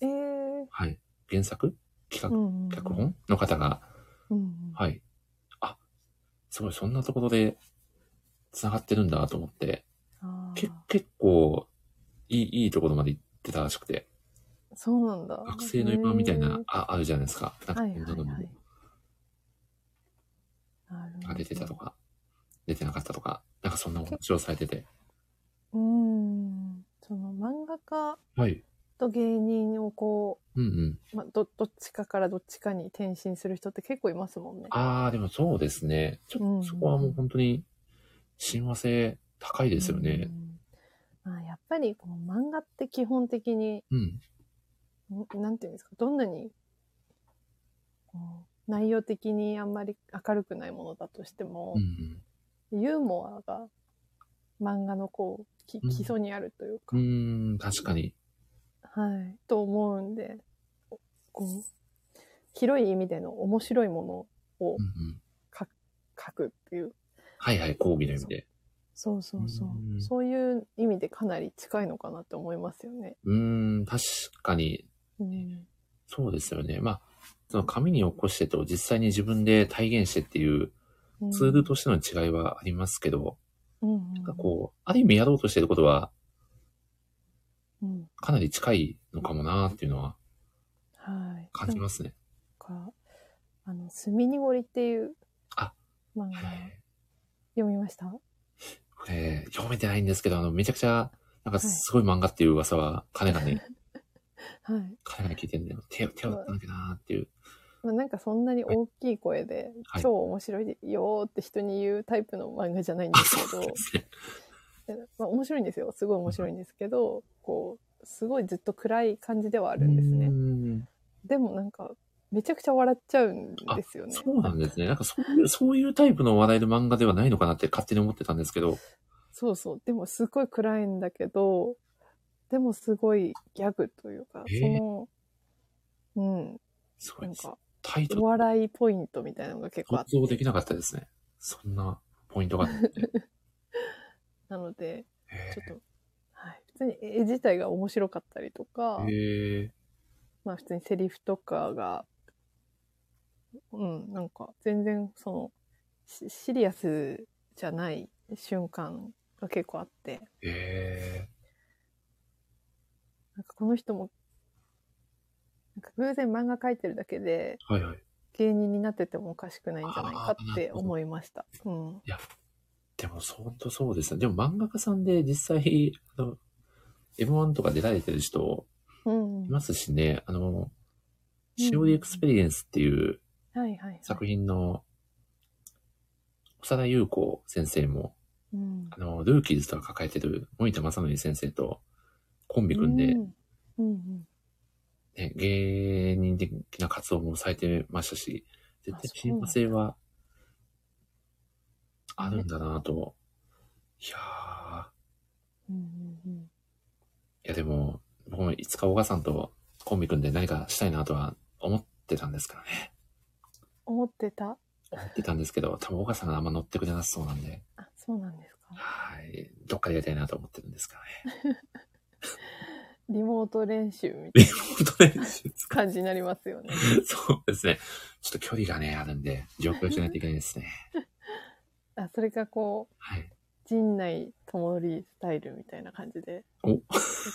えー、はい。原作企ん、うん。画、脚本の方が、うんうん。はい。あ、すごい、そんなところで、繋がってるんだと思って、あーけ結構、いい、いいところまで行ってたらしくて、そうなんだ。学生の今みたいなへ、あ、あるじゃないですか。なんー。か、はこいんはいなのはもい。なるほどあ出てたと。か、出てなかったとか、なんかそんなお話をされてて。うーん。その漫画家はい。と芸人をこうんうん。う、ま、どどっちかからどっちかに転身する人って結構いますもんね。ああ、でもそうですね。ちうょっんうんとそこはもう本当に、親和性高いですよね。うん。まあ、やっぱりこの漫画って基本的に、うん。んなんていうんですか、どんなに、こう内容的にあんまり明るくないものだとしてもうんう、ん。ユーモアが漫画のこう、きうん基礎にあるといううか、ーん、確かに。はい、と思うんで、こう、広い意味での面白いものうんをうん。書くっていう、はいはい、講義の意味で。そうそうそうう、んそういう意味でかなり近いのかなって思いますよね。うーん、確かに、うん、そうですよね。まあ、その紙に起こしてと実際に自分で体現してっていううんツールとしての違いはありますけど、うんうんなんかこう、ある意味やろうとしてることはうん、かなり近いのかもなーっていうのははい。感じなんますね。か、あの、墨濁りっていうあ漫画はい読みましたこれ、読めてないんですけど、あの、めちゃくちゃ、なんかすごい漫画っていう噂は、かねがね、はい。かねがね聞いてるんだよ。手を、手をだったんだけどなーっていう。まあ、なんかそんなに大きい声で、はい超面白いよーって人に言うタイプの漫画じゃないんですけど、ですね。でまあ、面白いんですよ。すごい面白いんですけど、こう、すごいずっと暗い感じではあるんですうーね。んでもなんか、めちゃくちゃ笑っちゃうんですよね。そうなんですね。なんかそういう、そういうタイプの話題の漫画ではないのかなって勝手に思ってたんですけど、そうそう。でもすごい暗いんだけど、でもすごいギャグというか、へーその、うん、すごないん、か、タイトルお笑いポイントみたいなのが結構あ想像って。 [laughs] できなかったですね。そんなポイントがあって。なので、へちょっと、はい、普通に絵自体が面白かったりとか、え。へえ。まあ普通にセリフとかが、うん、なんか全然そのシシリアスじゃない瞬間が結構あって、へなんかこの人も、なんか偶然漫画描いてるだけでーはいはい。芸人になっててもおかしくないんじゃないかって思いました。うん。でも、ほんとそうですね。でも漫画家さんで実際、あの、M1 とか出られてる人うん。いはますしね、あの、うん塩エクスペリエンスっていういはいはい。作品の、長田優子先生も、うん。あの、ルーキーズとか抱えてる森田正則先生とコンビ組んでう、んうんね、芸人的な活動もされてましたし、絶対親和性はあるんだなと。いやー、うんうんうんいやでも、僕もいつか小川さんとコンビ組んで何かしたいなとは思ってたんですからね。思ってた思ってたんですけど、多分小川さんがあんま乗ってくれなさそうなんで、あ、そうなんですか。はい。どっかでやりたいなと思ってるんですからね。リモート練習 [laughs] みたいな本当ね、感じになりま [laughs] すよね。そうですね。ちょっと距離がね、あるんで、上京しないといけないですね。あ、それかこう、はい。 [laughs] 陣内智則スタイルみたいな感じでお、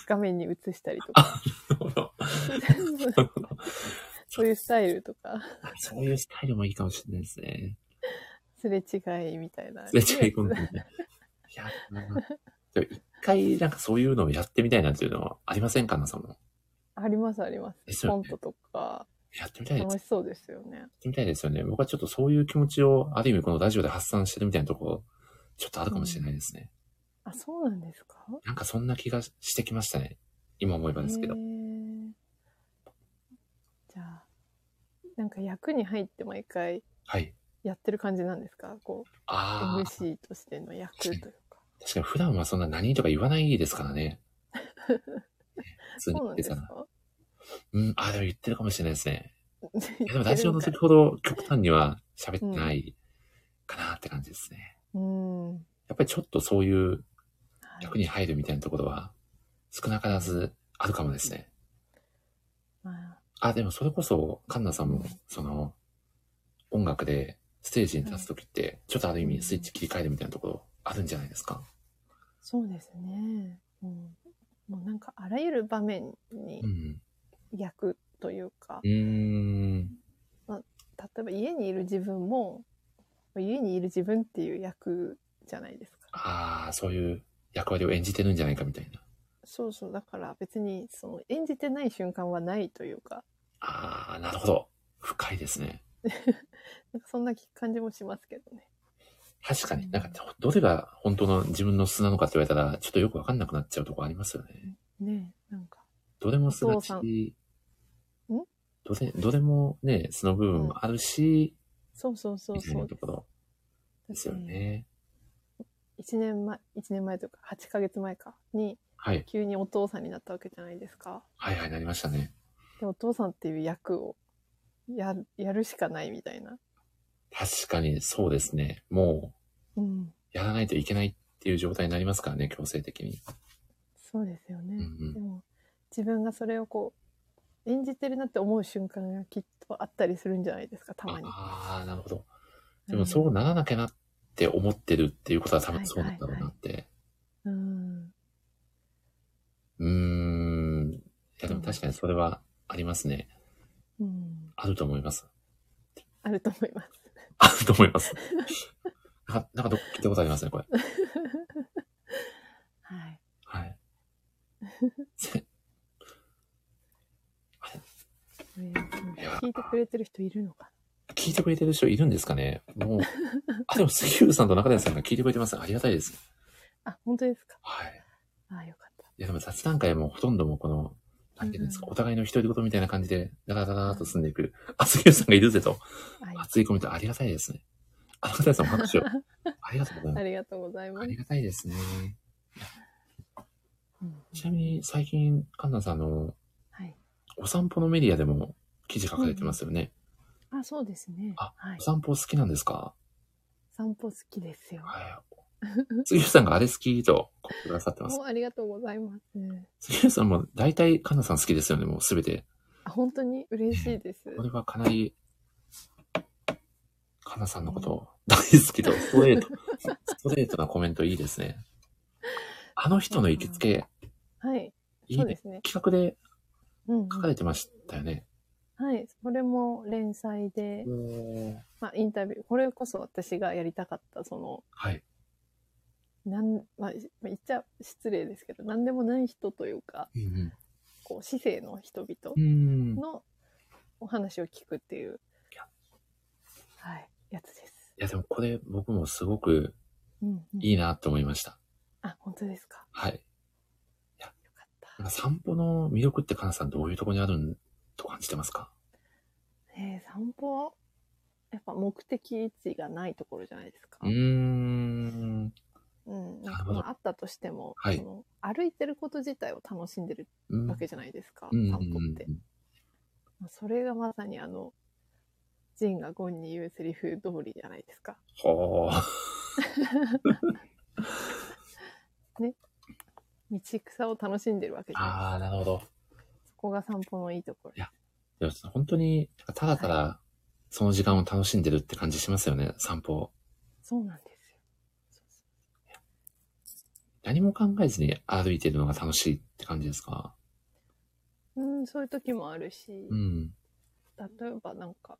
画面に映したりとか、なるほど [laughs] そういうスタイルとか、そういうスタイルもいいかもしれないですね。すれ違いみたいな。絶対コンテンツね。いや、うんでも一回なんかそういうのをやってみたいなっていうのはありませんかな、その。ありますありま。ですすよコねントとか、やってみたいです楽しそうですよね。やってみたいですよね。僕はちょっとそういう気持ちを、ある意味このラジオで発散してるみたいなとこ、ちょっとあるかもしれないですね。あ、そうなんですかなんかそんな気がしてきましたね。今思えばですけど。へーじゃあ、なんか役に入って毎回はい。やってる感じなんですかこう、ああ、 MC としての役というか。確かに普段はそんな何とか言わないですからね。普通に [laughs] そ言っうなんてですたら。かうん、ああ、でも言ってるかもしれないですね。いやでもラ言ってジるオんのかい時ほど極端には喋ってないかなって感じですね。うん。はやっぱりちょっとそういうい役に入るみたいなところは少なからずあるかもですね。まああ、でもそれこそ、カンナさんも、その、音楽でステージに立つときって、ちょっとある意味スイッチ切り替えるみたいなところあるんじゃないですか。そうですね。うん、もうなんかあらゆる場面にうん。役というか、うーん。例えば家にいる自分も、家にいる自分っていう役じゃないですか。ああ、そういう役割を演じてるんじゃないかみたいな。そうそう。だから別にその演じてない瞬間はないというか、ああ、なるほど。深いですね。なんかそんな感じもしますけどね。確かになんか、どれが本当の自分の素なのかって言われたら、ちょっとよくわかんなくなっちゃうとこありますよね。ねえなんか。どれも素なし、おんどれ、どれもね、素の部分もあるし、そうそうそうみたいそうなところですよだってね。一年前、一年前というか、8ヶ月前かに、はい。急にお父さんになったわけじゃないですか。はいはい、なりましたね。でお父さんっていう役をやるやるしかないみたいな。確かにそうですね。もうん。う、やらないといけないっていう状態になりますからね、強制的に。そうですよね。うんうんでも自分がそれをこう演じてるなって思う瞬間がきっとあったりするんじゃないですか、たまに。ああ、なるほど。でもそうならなきゃなって思ってるっていうことは多分そうなんだろうなって。うん。うーん。いや、でも確かにそれはありますね。うん。あると思います。 [laughs] あると思います。あると思います。 [laughs] なんか、なんかどっか聞いたことありますね、これ。はい。はい。せこれいや聞いてくれてる人いるのか聞いてくれてる人いるんですかねも [laughs] う。あ、でも杉浦さんと中谷さんが聞いてくれてます。ありがたいです。な。あ、本当ですか。はい。あよかっいや、でも雑談会もほとんどもうこの、なんていうんですか、うんお互いの独り言みたいな感じで、ダラダラーっと進んでいく。あ、杉内さんがいるぜと。た。はい。熱いコメントありがたいですね。あ、中谷さんも [laughs] 拍手を。ありがとうございまあす。りがとうございまあすり。がたいですね。うんちなみに最近、カンナさんあの、はい。お散歩のメディアでも記事書かれてますよね。あ、そうですね。あはいお。散歩好きなんですか散歩好きですよ。はい。 [laughs] 杉浦さんがあれ好きと、こうくださってますも。うありがとうございます。杉浦さんも大体、かなさん好きですよね、もうすべて。あ本当に嬉しいです。これはかなり、かなさんのことを大好きと、ストレート、ストレートなコメントいいですね。あの人の行きつけ、はい、いいそうね。ですね。企画でうん、うん。書かれてましたよね。はい、これも連載で、まあ、インタビュー、これこそ私がやりたかった、その、はい。なん、まあ、しまあ言っちゃ失礼ですけど、なんでもない人というか、うんこう、市政の人々うん。いのお話を聞くっていう、はい、やつです。や、でもこれ僕もすごくうん、うん。いいなって思いました。あ、本当ですか。はい。よかった。なんか散歩の魅力ってかなさんどういうところにあるんと感じてますかえー散歩やっぱ目的地がないところじゃないですか。うーん。うん。なんなるかほどまああったとしても、はいその歩いてること自体を楽しんでるうんわけじゃないですか、うん散歩って。まあそれがまさにあの、ジンがゴンに言うセリフ通りじゃないですか。ほー。道草を楽しんでるわけじゃないああ、なるほど。そこが散歩のいいところ。でも本当に、ただただ、その時間を楽しんでるって感じしますよね、散歩を。そうなんですよ。そうそ何も考えずに歩いてるのが楽しいって感じですかううん、そういう時もあるし、うん。例えばなんか、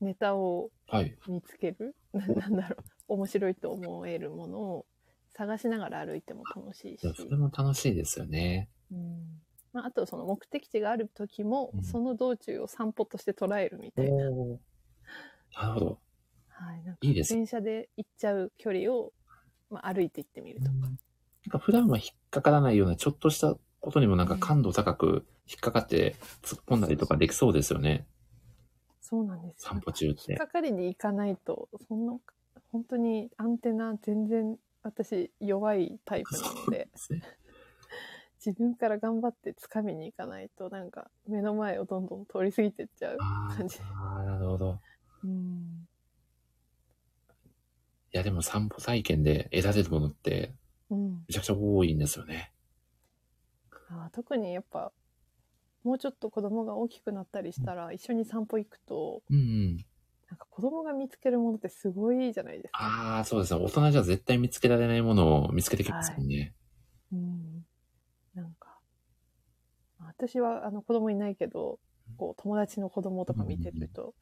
ネタをはい。見つける [laughs] なんだろう面白いと思えるものを探しながら歩いても楽しいしでも、それも楽しいですよね。うんまあ、あとその目的地がある時も、うんその道中を散歩として捉えるみたいな,、なるほど。はい、なんかいいです。なん電車で行っちゃう距離を、まあ、歩いて行ってみるとか、か普段は引っかからないような、ちょっとしたことにもなんか感度高く引っかかって突っ込んだりとかできそうですよね。そうなんですよ散歩中っ。引ってかかりに行かないとそんな本当にアンテナ全然私弱いタイプな [laughs] そのでうですね自分から頑張って掴みに行かないとなんか目の前をどんどん通り過ぎてっちゃうあ感じあ、なるほど。うんいや、でも散歩体験で得られるものって、うん、めちゃくちゃ多いんですよね。あー特にやっぱもうちょっと子供が大きくなったりしたら一緒に散歩行くとうんうん。なんか子供が見つけるものってすごいじゃないですか。ああ、そうですね。大人じゃ絶対見つけられないものを見つけてきますもんね。うん、なんか私はあの子供いないけどこう友達の子供とか見てると、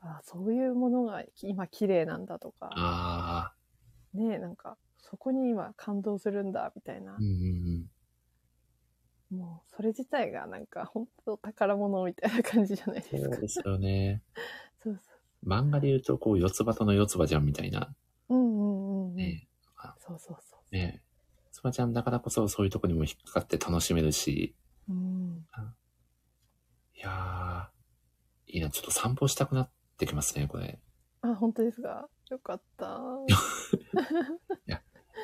あーそういうものが今綺麗なんだとかああ、ねえなんかそこに今感動するんだみたいなうん、うんもうそれ自体がなんか本当宝物みたいな感じじゃないうん。そですうか。ですよね。そう漫画で言うと、こう、四つ葉との四つ葉ちゃんみたいな。そう。うんうんうんうん。ねそうそうそう。え、ねえ。四つ葉ちゃんだからこそ、そういうとこにも引っかかって楽しめるし。うん、いやー、いいな。ちょっと散歩したくなってきますね、これ。あ、本当ですか。よ [laughs] かった。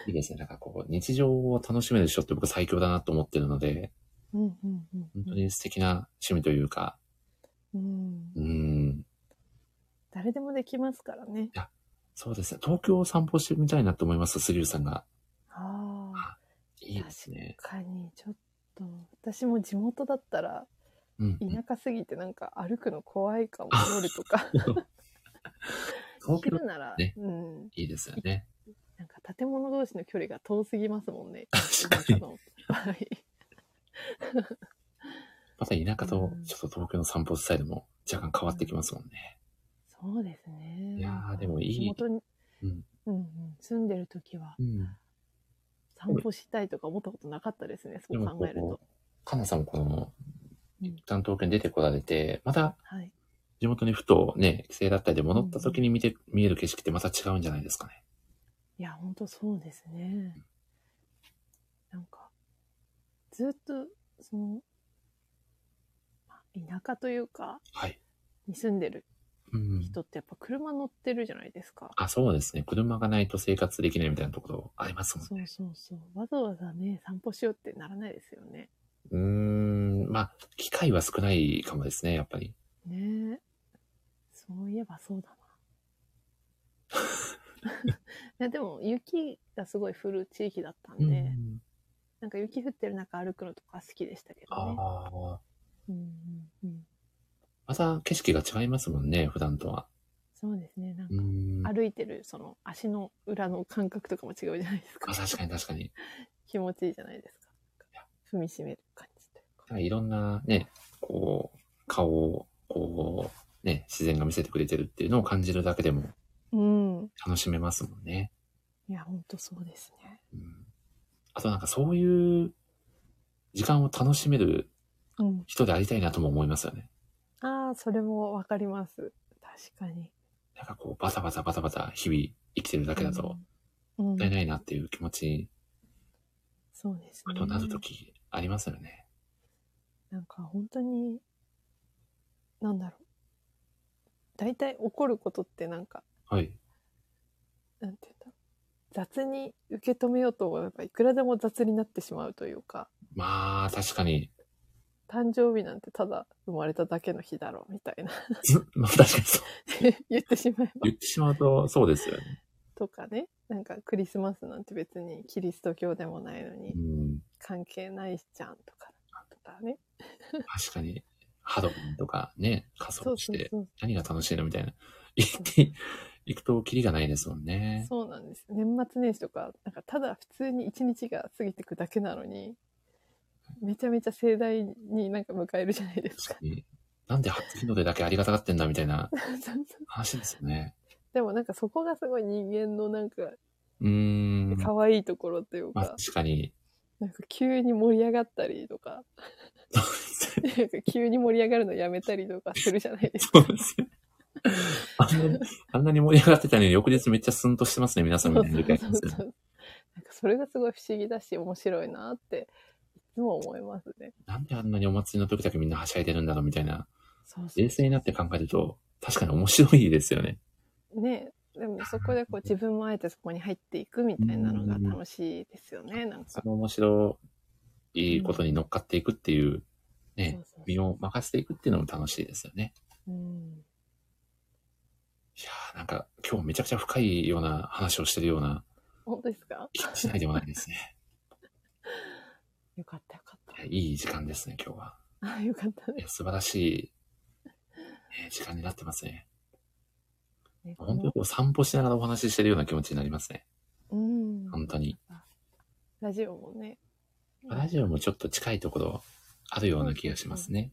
いいですね。なんかこう、日常を楽しめる人って僕最強だなと思ってるので、うんうんうん。本当に素敵な趣味というか、うんう。ん。誰でもできますからね。そうですね。東京を散歩してみたいなと思います、杉浦さんが。ああ。いいですね。確かに、ちょっと、私も地元だったら、うんうん。田舎すぎてなんか歩くの怖いかも、夜とか。東京昼なら、ねうん。いいですよね。なんか建物同士の距離が遠すぎますもんね。確かに。田舎のはい。また田舎とうんちょっと東京の散歩スタイルも若干変わってきますもんね。そうですね。いやーでもいい地元に、うんうんうん、住んでる時はうん。散歩したいとか思ったことなかったですね、でそうも考えこる。とう、かなさんもこの、うん一旦東京に出てこられて、またはい。地元にふとね、帰省だったりで戻った時に見て、見える景色ってまた違うんじゃないですかね。いや、本当そうですね。なんか、ずっと、その、まあ田舎というか、はい。に住んでるうん。人ってやっぱ車乗ってるじゃないですか。あ、そうですね。車がないと生活できないみたいなところありますもんそねう。そうそう。わざわざね、散歩しようってならないですよね。うーん。まあ、機会は少ないかもですね、やっぱり。 [laughs] ねえ。そういえばそうだやでも雪がすごい降る地域だったんうで、ん。なんか雪降ってる中歩くのとか好きでしたけどね。ああ。うんうんうん、また景色が違いますもんね、普段とは。そうですね。なんかうん。あ歩いてるその足の裏の感覚とかも違うじゃないですか。確かに確かに。気持ちいいじゃないですか。踏みしめる感じというか。なんかいろんなね、こう、顔を、こう、ね、自然が見せてくれてるっていうのを感じるだけでもうん。楽しめますもんね。いや、ほんとそうですね。うん、あとなんかそういう時間を楽しめるうん。人でありたいなとも思いますよね。ああ、それもわかります。確かに。なんかこう、バタバタバタバタ日々生きてるだけだと、もっうん。うんたいないなっていう気持ちそうですね。となるときありますよね。なんか本当に、なんだろう。大体起こることってなんか、はい。なんていうんだろう。雑に受け止めようと思えばいくらでも雑になってしまうというか、まあ、確かに。 [laughs] 誕生日なんてただ生まれただけの日だろうみたいな [laughs] まあ、確かにそう。言ってしまえば言ってしまうと、そうですよね。とかね。なんかクリスマスなんて別にキリスト教でもないのにうん。関係ないじゃんとか、とかね。確かに、ハロウィンとかね、仮そ装うしそうて、そう。何が楽しいのみたいな。 [laughs] 言って、行くとキリがないですもんね。そうなんです。年末年始とか、なんかただ普通に一日が過ぎていくだけなのに、めちゃめちゃ盛大になんか迎えるじゃないですか確か。に。なんで初日の出だけありがたがってんだみたいなそうそう話ですよね。でもなんかそこがすごい人間のなんかうーん。可愛いところというまあか、確かに。 [laughs] なんか急に盛り上がったりとか、そなんか [laughs] 急に盛り上がるのやめたりとかするじゃないですか。うですね。あんなに、あんなに盛り上がってたのに翌日めっちゃスンとしてますね、皆さんそう見そてうるそうそうなんかそれがすごい不思議だし面白いなっていつも思いますね。なんであんなにお祭りの時だけみんなはしゃいでるんだろうみたいな。そうそう冷静になって考えると、確かに面白いですよね。ねでもそこでこう自分もあえてそこに入っていくみたいなのが楽しいですよね、なんそか。の面白いことに乗っかっていくっていう、ねそうそう、身を任せていくっていうのも楽しいですよね。うん、いやーなんか今日めちゃくちゃ深いような話をしてるような本当ですか気がしないでもないですね。よかったよかっいやいい時間ですね、今日は。た。あよかったいでや素晴らしい、ね時間になってますね。すね。本当にこう散歩しながらお話ししてるような気持ちになりますね。うん。本当に。ラジオもね。ラジオもちょっと近いところあるような気がしますね。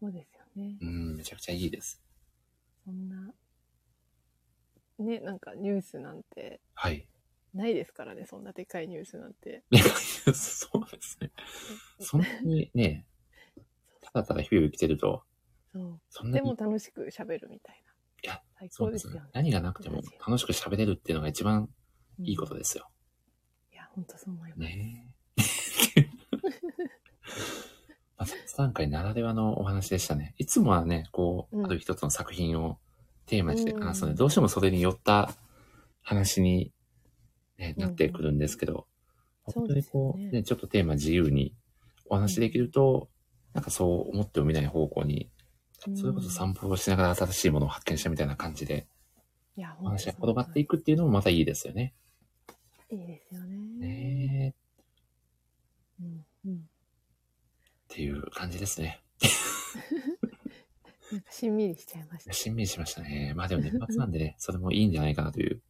そうですよね。うん、めちゃくちゃいいです。そんな、ね、なんかニュースなんてはい。ないですからね、そんなでかいニュースなんて。でかいですそうですね。そんなにね、ただただ日々生きてると、そそんう。なでにも、楽しく喋るみたいな。いや、最そう高でですすねよね。。何がなくても楽しく喋れるっていうのが一番いいことでですよ。いや、本当そう思います。ね [laughs] え。まあ、雑談会ならではのお話でしたね。いつもはね、こうう、んある一つの作品をテーマにして話すので、うんどうしてもそれに寄った話に、ね、なってくるんですけど、うん本当にこうそうですよね、ちょっとテーマ自由にお話しできると、なんかそう思ってもみない方向に、うんそれこそ散歩をしながら新しいものを発見したみたいな感じで、いや、お本当話そうが転がっていくっていうのもまたいいですよね。いいですよね。ねえ。うんうんっていう感じですね。なんかしんみりしちゃいました。しんみりしましたね。まあでも年末 [laughs] なんでね、それもいいんじゃないかなという。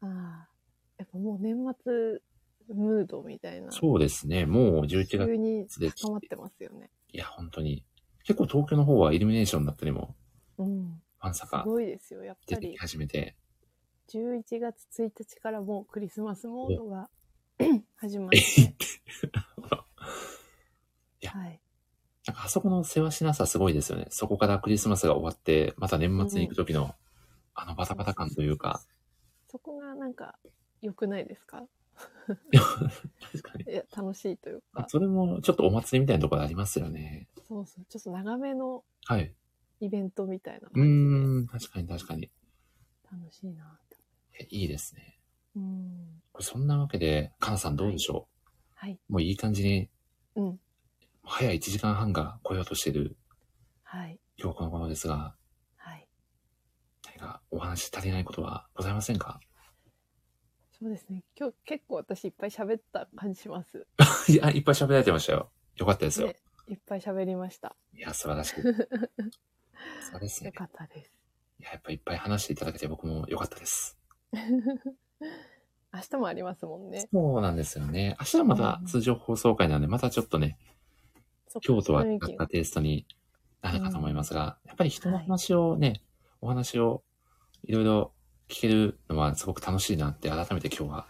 ああ。やっぱもう年末ムードみたいな。そうですね。もう11急月。にで高まってますよね。いや、本当に。結構東京の方はイルミネーションだったりも、うん。ファンサすがごいですよ。やっ出ぱてきり始めて。 11月1日からもうクリスマスモードが [clears throat] 始まって。いやはい。なんかあそこの世話しなさすごいですよね。そこからクリスマスが終わって、また年末に行く時の、あのバタバタ感というか。そこがなんか良くないですか確かに。いや、楽しいというか。それもちょっとお祭りみたいなところありますよね。そうそう。ちょっと長めのはい。イベントみたいなう感ーん、確かに確かに。じで楽しいなって。えいいですね。うん。これそんなわけで、かなさんどうでしょう、はい。もういい感じにうん。早い1時間半が来ようとしているはい。今日この頃ですが、はい。何かお話し足りないことはございませんかそうですね。今日結構私いっぱい喋った感じします。 [laughs] いや、いっぱい喋られてましたよ。よかったですよ。ねいっぱい喋りました。いや、素晴ら [laughs] しい。そうですねよ。かったです。 [laughs] いや、やっぱいっぱい話していただけて僕も良かったです。明日もありますもんね。そうなんですよね。明日はまた通常放送回なので、またちょっとね、そっか今日とは雰違囲気ったがテイストになるかと思いますが、やっぱり人の話をね、お話をいろいろ聞けるのはすごく楽しいなって改めて今日は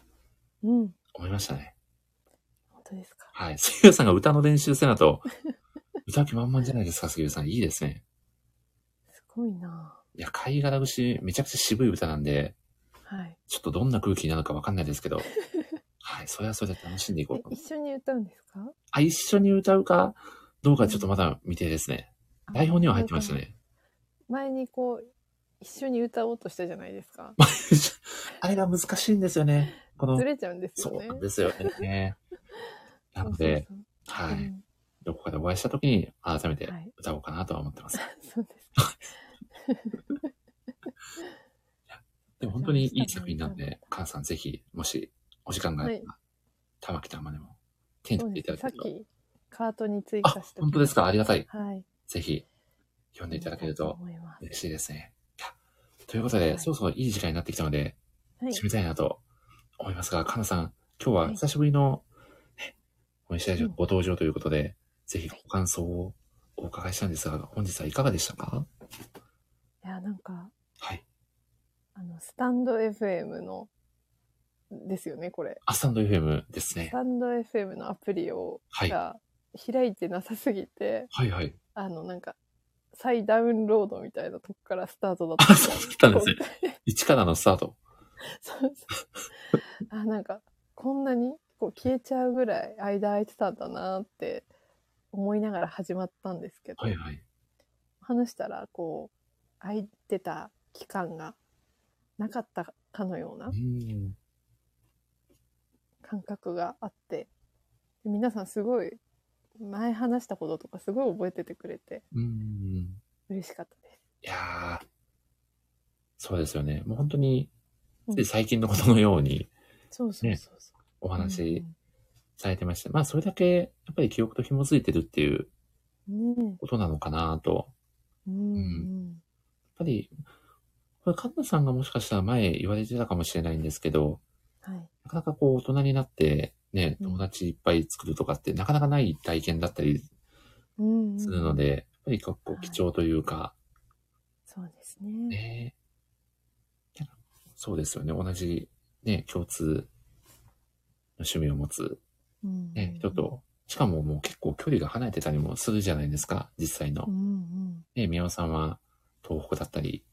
うん。思いましたね。本当ですか。はい。杉浦さんが歌の練習せなと、歌う気満々じゃないですか、杉浦さん。いいですね。すごいなぁいや、貝殻節、めちゃくちゃ渋い歌なんで、はい。ちょっとどんな空気になるかわかんないですけど、はい。それはそれで楽しんでいこうえと思います一緒に歌うんですかあ、一緒に歌うかどうかちょっとまだ未定ですね。台本には入ってました。あね。前にこう、一緒に歌おうとしたじゃないですか。あれが難しいんですよね。このず、れちゃうんですそようね。なんですよね。なのそうで、そうそうはうい。んどこかでお会いした時に改めてはい [laughs] 歌おうかなとは思ってます。そうですか。でも本当にいい作品なんで、カンさんぜひ、もしお時間があれば、玉木玉でも手にそう取ってでいすたねださけっると。き、カートに追あ加して、本当ですかありがたい。はい。ぜひ、読んでいただけると思います嬉しいですね。いやということで、はいそろそろいい時間になってきたので、はい。締めたいなと思いますが、かなさん、今日ははい久しぶりの、ね、お医者うのんご登場ということで、ぜひはごい感想をお伺いしたんですが、本日はいかがでしたかいや、なんか、はい。あの、スタンド FM の、ですよね、これ。アスタンド FM ですスね。タンド FM のアプリを、はいが開いてなさすぎて、はいはい。あの、なんか、再ダウンロードみたいなとこからスタートだったあ、そうだったんですね。一からのスタート。そうそう。あ、なんか、こんなにこう消えちゃうぐらい間空いてたんだなって思いながら始まったんですけど、はいはい。話したら、こう、空いてた期間がなかったかのようなうーん。感覚があって、で皆さんすごい、前話したこととかすごい覚えててくれてうーん。嬉しかったです。いやー。そうですよね。もう本当に、うんつい最近のことのようにそうそうそうそう。おお話しされてました。まあ、それだけ、やっぱり記憶と紐づいてるっていううん。ことなのかなとうん。う。うんやっぱり、これ、カンナさんがもしかしたら前言われてたかもしれないんですけど、はい。なかなかこう、大人になって、ね、うん友達いっぱい作るとかって、なかなかない体験だったりうん、うん。するので、やっぱり結構貴重というか、そうですね。ね、そうですよね。同じ、ね、共通の趣味を持つ、うんね、人。と、しかももう結構距離が離れてたりもするじゃないですか、実際のうん。うん。ね、宮尾さんは東北だったり、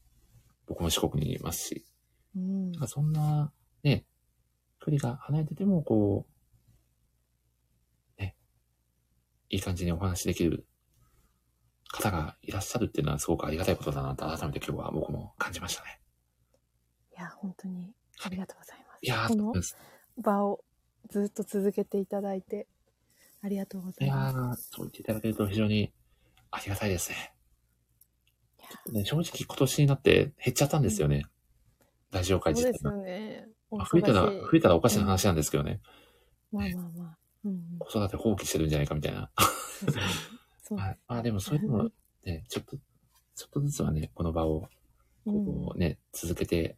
僕も四国にいますし、うんなんかそんな、ね、距離が離れてても、こう、ね、いい感じにお話しできる方がいらっしゃるっていうのはすごくありがたいことだなと改めて今日は僕も感じましたね。いや、本当にありがとうございます。いやー、こそうのです場をずっと続けていただいて、ありがとうございいやます。ー、そう言っていただけると非常にありがたいですね。いやちょっとね、正直今年になって減っちゃったんですよね。ラジオ会そう自で体すよが。ね。まあ増えたら、お忙しい増えたらおかしな話なんですけどね。まあまあまあ。うんうん。子育て放棄してるんじゃないかみたいな。そうそうそ [laughs] うはい。まあでもそういうのもね、ちょっと、ちょっとずつはね、この場をこうね、続けて、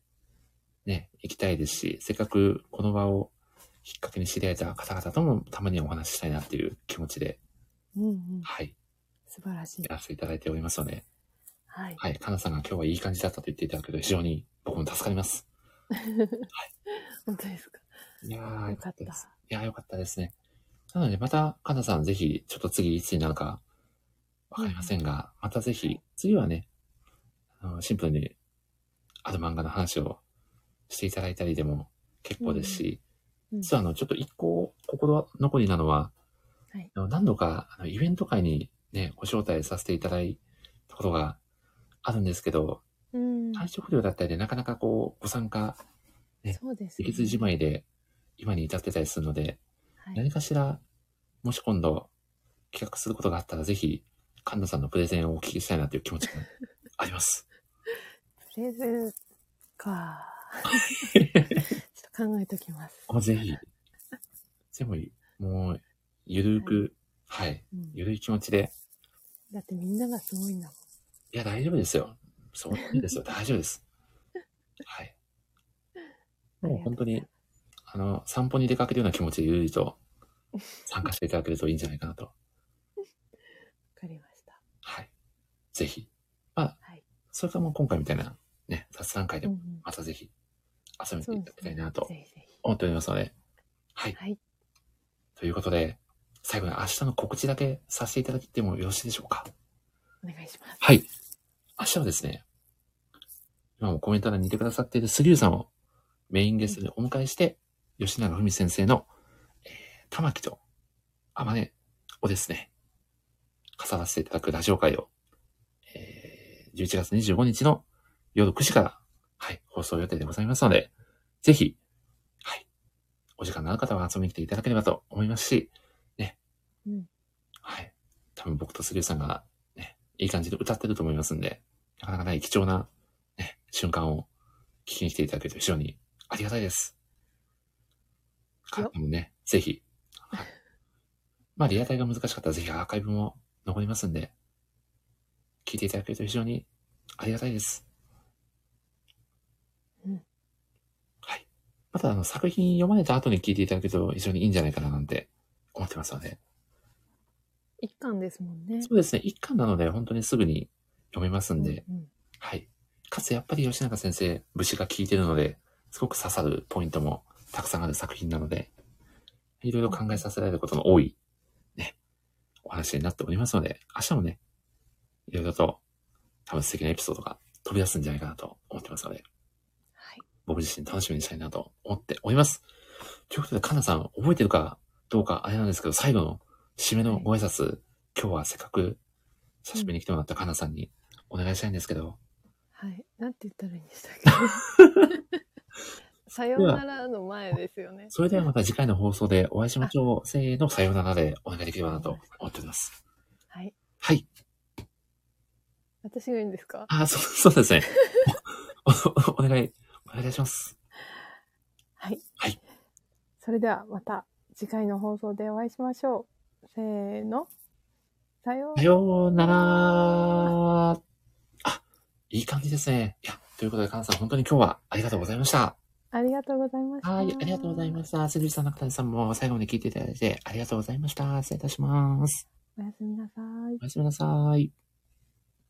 ね、行きたいですし、せっかくこの場をきっかけに知り合えた方々ともたまにはお話ししたいなっていう気持ちで、うんうんうん。はい、素晴らしい。やらせていただいておりますので、はい。はい、かなさんが今日はいい感じだったと言っていただくと非常に僕も助かります。本当ですか。いやー、よかっでた。す。いやー、よかったですね。なので、また、かなさん、ぜひ、ちょっと次、いつになるか、わかりませんが、またぜひ、次はね、あのシンプルに、ある漫画の話をしていただいたりでも結構ですし、うんうん実は、あの、ちょっと一個、心残りなのは、はいあの何度か、あの、イベント会にね、ご招待させていただいたことがあるんですけど、うん。体調不良だったりで、なかなかこう、ご参加ねそうですでね。きずじまいで、今に至ってたりするので、はい。何かしら、もし今度企画することがあったら、ぜひ、神田さんのプレゼンをお聞きしたいなという気持ち [laughs] があります。プレゼンか。ちょっと考えときます。あ、ぜひ。でも、もう、ゆるく、はい、うんゆるい気持ちで。だってみんながすごいんだもん。いや、大丈夫ですよ。そうなん [laughs] ですよ。大丈夫です。はい。もう本当に、あの、散歩に出かけるような気持ちでゆるりと参加していただけるといいんじゃないかなと。わかりました。はい。ぜひ。まあ、はいそれからもう今回みたいなね、雑談会でうんうも、ん、またぜひ、遊びにそ行っうていただきたですいね。なとぜひぜひ。思っておりますので、はい。はい。ということで、最後に明日の告知だけさせていただいてもよろしいでしょうか。お願いします。はい。明日はですね、今もコメント欄にいてくださっている杉浦さんをメインゲストでお迎えして、吉永文先生の、えー、玉木と天音をですね、重ならせていただくラジオ会を、えー、11月25日の夜9時から、はい、放送予定でございますので、ぜひ、はい、お時間のある方は遊びに来ていただければと思いますし、ね、うんはい、多分僕と杉浦さんがね、いい感じで歌ってると思いますんで、なかなかない貴重な、ね、瞬間を聞きに来ていただけると非常にありがたいです。よもね、ぜひ。はい、まあ、リアタイが難しかったらぜひアーカイブも残りますんで、聞いていただけると非常にありがたいです。うんはい。また、あの、作品読まれた後に聞いていただけると非常にいいんじゃないかななんて思ってますので、一巻ですもんね。そうですね、一巻なので本当にすぐに読めますんで、うんうんはい。かつやっぱり吉永先生、武士が効いてるので、すごく刺さるポイントもたくさんある作品なので、いろいろ考えさせられることの多い、ね、お話になっておりますので、明日もね、いろいろと多分素敵なエピソードが飛び出すんじゃないかなと思ってますので、はい。僕自身楽しみにしたいなと思っております。ということで、カンナさん、覚えてるかどうかあれなんですけど、最後の締めのご挨拶、今日はせっかく久しぶりに来てもらったカンナさんにお願いしたいんですけど、はい。なんて言ったらいいんでしたっ [laughs] けさようならの前ですよね。それではまた次回の放送でお会いしましょう。せーの、さようならでお願いできればなと思っております。はい。はい。私がいいんですかあ、そう、そうですね。お、お、お [laughs] 願い、お願いします。はい。はい。それではまた次回の放送でお会いしましょう。せーの。さようさようなら。あ、いい感じですね。いや、ということで、カナさん、本当に今日はありがとうございました。ありがとうございました。はい、ありがとうございました。セリフさん、中谷さんも最後まで聞いていただいてありがとうございました。失礼いたします。おやすみなさいお。やすみなさい。